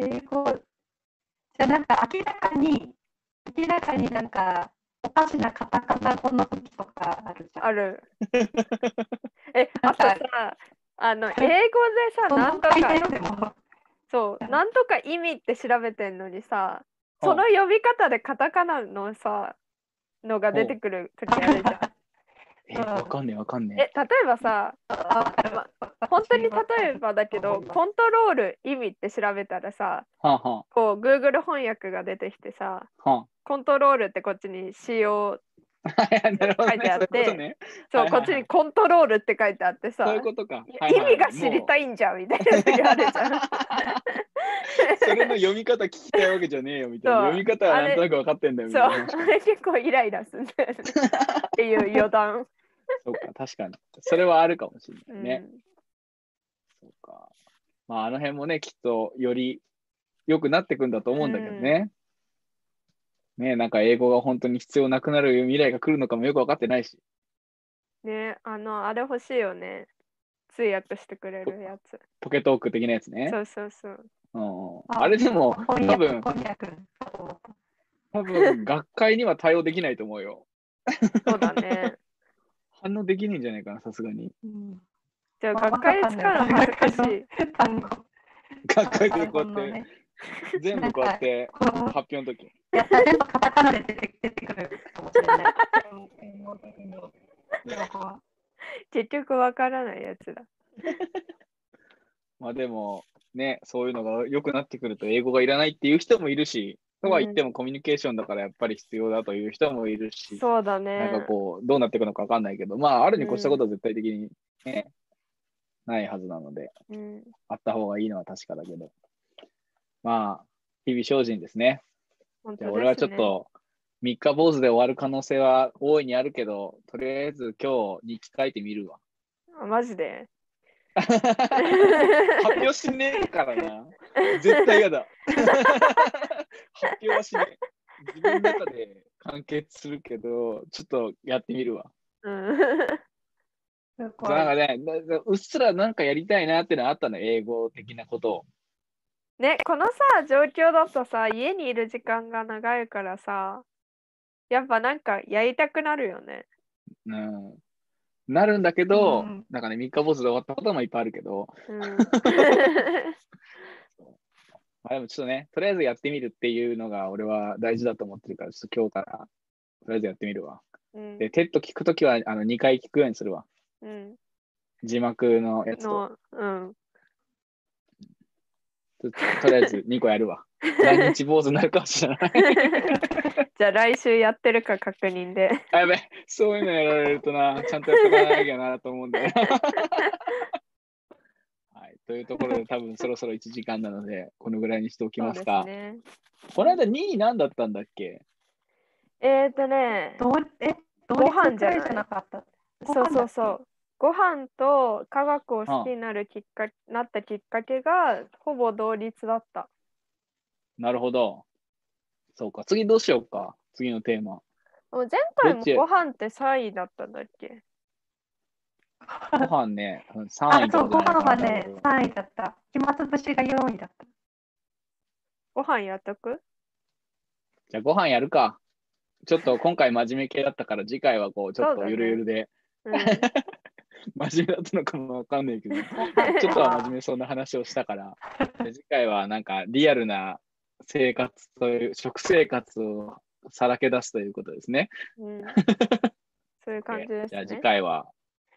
英語じゃなんか明らかに明らかになんかおかしなカタカナ語の時とかあるじゃん。
あ るえ
な
あ
ん
と
か
さあの英語でさ
そ
な
の
んと
回
か
転でも
そうなんとか意味って調べてんのにさ
うん
その呼び方でカタカナのさのが出てくる時あるじゃん
え、わかんねえわかん
え
ね
例えばさ本当に例えばだけど
思います
コントロール意味って調べたらさ
え。はあは
こう Google 翻訳が出てきてさ
あ。は
コントロールってこっちに使用
あ。 はいはいなるほど
書いてあっ
ね
て。
そういうことね。
そう、
はいはいはい
こっちにコントロールって書いてあってさ
そういうことか。はい
意
はい
味が知りたいんじゃんみたいな時あるじゃん。
それの読み方聞きたいわけじゃねえよみたいな。
そう
読み方はなんとなく分かってんだよみ
そ
たいうな。
あれ結構イライラするんだよねっていう余談。
そうか、確かに。それはあるかもしれ
う
ない
ん
ね。そうか。まあ、あの辺もね、きっとより良くなってくんだと思うんだけどね。ねなんか英語が本当に必要なくなる未来が来るのかもよく分かってないし。
ねあのあれ欲しいよね通訳してくれるやつ。
ポケトーク的なやつね。
そうそうそう。
うんうん、あれでも、多分、
翻訳かと思っ
多分、学会には対応できないと思うよ。
そうだね。
反応できねえんじゃないかな、さすがに。
じゃあ
まあ
学会で使うの恥ずかし。
わかんないた単語
学会でこ
単語
うやっ
の
て、
ね
全部こうやって、
この
発表の時。
いや全部カタカナで出て出てくるかもし れない。英語的に用語は
結局わからないやつだ。
まあでも、ね、そういうのが良くなってくると英語がいらないっていう人もいるし、とは言ってもコミュニケーションだからやっぱり必要だという人もいるし、
そうだ
なん
ね
か。こう、どうなっていくのか分かんないけど、まあ、あるに越したことは絶対的に、ねないはずなので、
うん、
あった方がいいのは確かだけど、まあ、日々精進ですね。
本
じ
当
ゃあ、俺はちょっと、三日坊主で終わる可能性は大いにあるけど、とりあえず今日日記書いてみ るわ。
と。マジ で。
発表しねえからな。絶対嫌だ。発表はしねえ。自分の中で完結するけど、ちょっとやってみるわ。
うん、
すごい
そうなんかね、ななうっすらなんかやりたいなってのはあったの、英語的なことを。
ねこのさ状況だとさ家にいる時間が長いからさやっぱなんかやりたくなるよね。
うん、なるんだけど、
うん
なんかね、三日坊主で終わったこともいっぱいあるけど、
うん
まあ、でもちょっとね、とりあえずやってみるっていうのが俺は大事だと思ってるから、ちょっと今日から、とりあえずやってみるわ。
うん
で、テッド聞くときはあの2回聞くようにするわ。
うん
字幕のやつと。
のうん
ちょっととりあえず2個やる わ。来日坊主になるかもしれない。
じゃあ来週やってるか確認で。
あやべ、そういうのやられるとな、ちゃんとやっとかなきゃなと思うんだ よな。はい、というところで、多分そろそろ1時間なので、このぐらいにしておき
そう
ま
ですす
か。
ね。
この間2位何だったんだっけ
えっ、ー、とね
どうえ同
ご飯
率
じゃない
くらいじゃなかった。ご
そう
飯
そう
だっ
そう。ご飯と科学を好きになるきっかけ、なったきっかけがほぼ同率だった。
なるほど。そうか、次どうしようか。次のテーマ。
もう前回
ど
も
っち
ご飯って3位だったんだっけ
ご飯ね、3
あ
位と
そうご
かじゃないか
飯
な
はね
多分
三位だった。暇つぶしが四位だった。
ご飯やっとく
じゃあご飯やるか。ちょっと今回真面目系だったから、次回はこう、ちょっとゆるゆるで、
うん、
真面目だったのかもわかんないけど、ちょっとは真面目そうな話をした から、で次回はなんかリアルな生活という、食生活を さらけ出すということですね。
うん、そういう感じです
じゃあ次
ね。
回は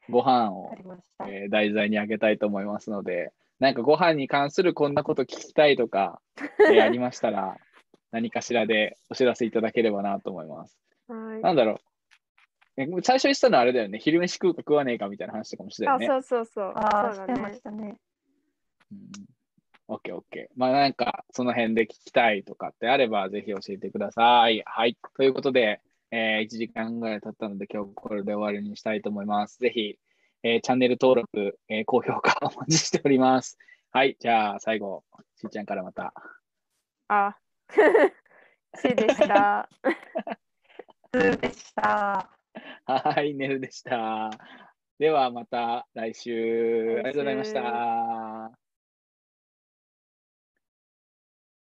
ご飯を
わかりました。
えー題材にあげたいと思いますので、なんかご飯に関するこんなこと聞きたいとか、えー ありましたら、何かしらでお知らせいただければなと思います。
はい
なんだろう。え最初にしたのはあれだよね。昼飯食うか食わねえかみたいな話とかもしてたよ
あ、
ね。
そうそうそう。
ああ、
そ
し
う
て
だ
ま
ね
し。たね。
うんオッケーオッケー。まあなんかその辺で聞きたいとかってあればぜひ教えてください。はい。ということで、え1時間ぐらい経ったので今日これで終わりにしたいと思います。ぜひ、えーチャンネル登録、えー高評価お待ちしております。はい。じゃあ最後、しーちゃんからまた。
あ、C でした。
ツーでした。
はい。ねるでした。ではまた来週。ありがとうございまし
来週
た。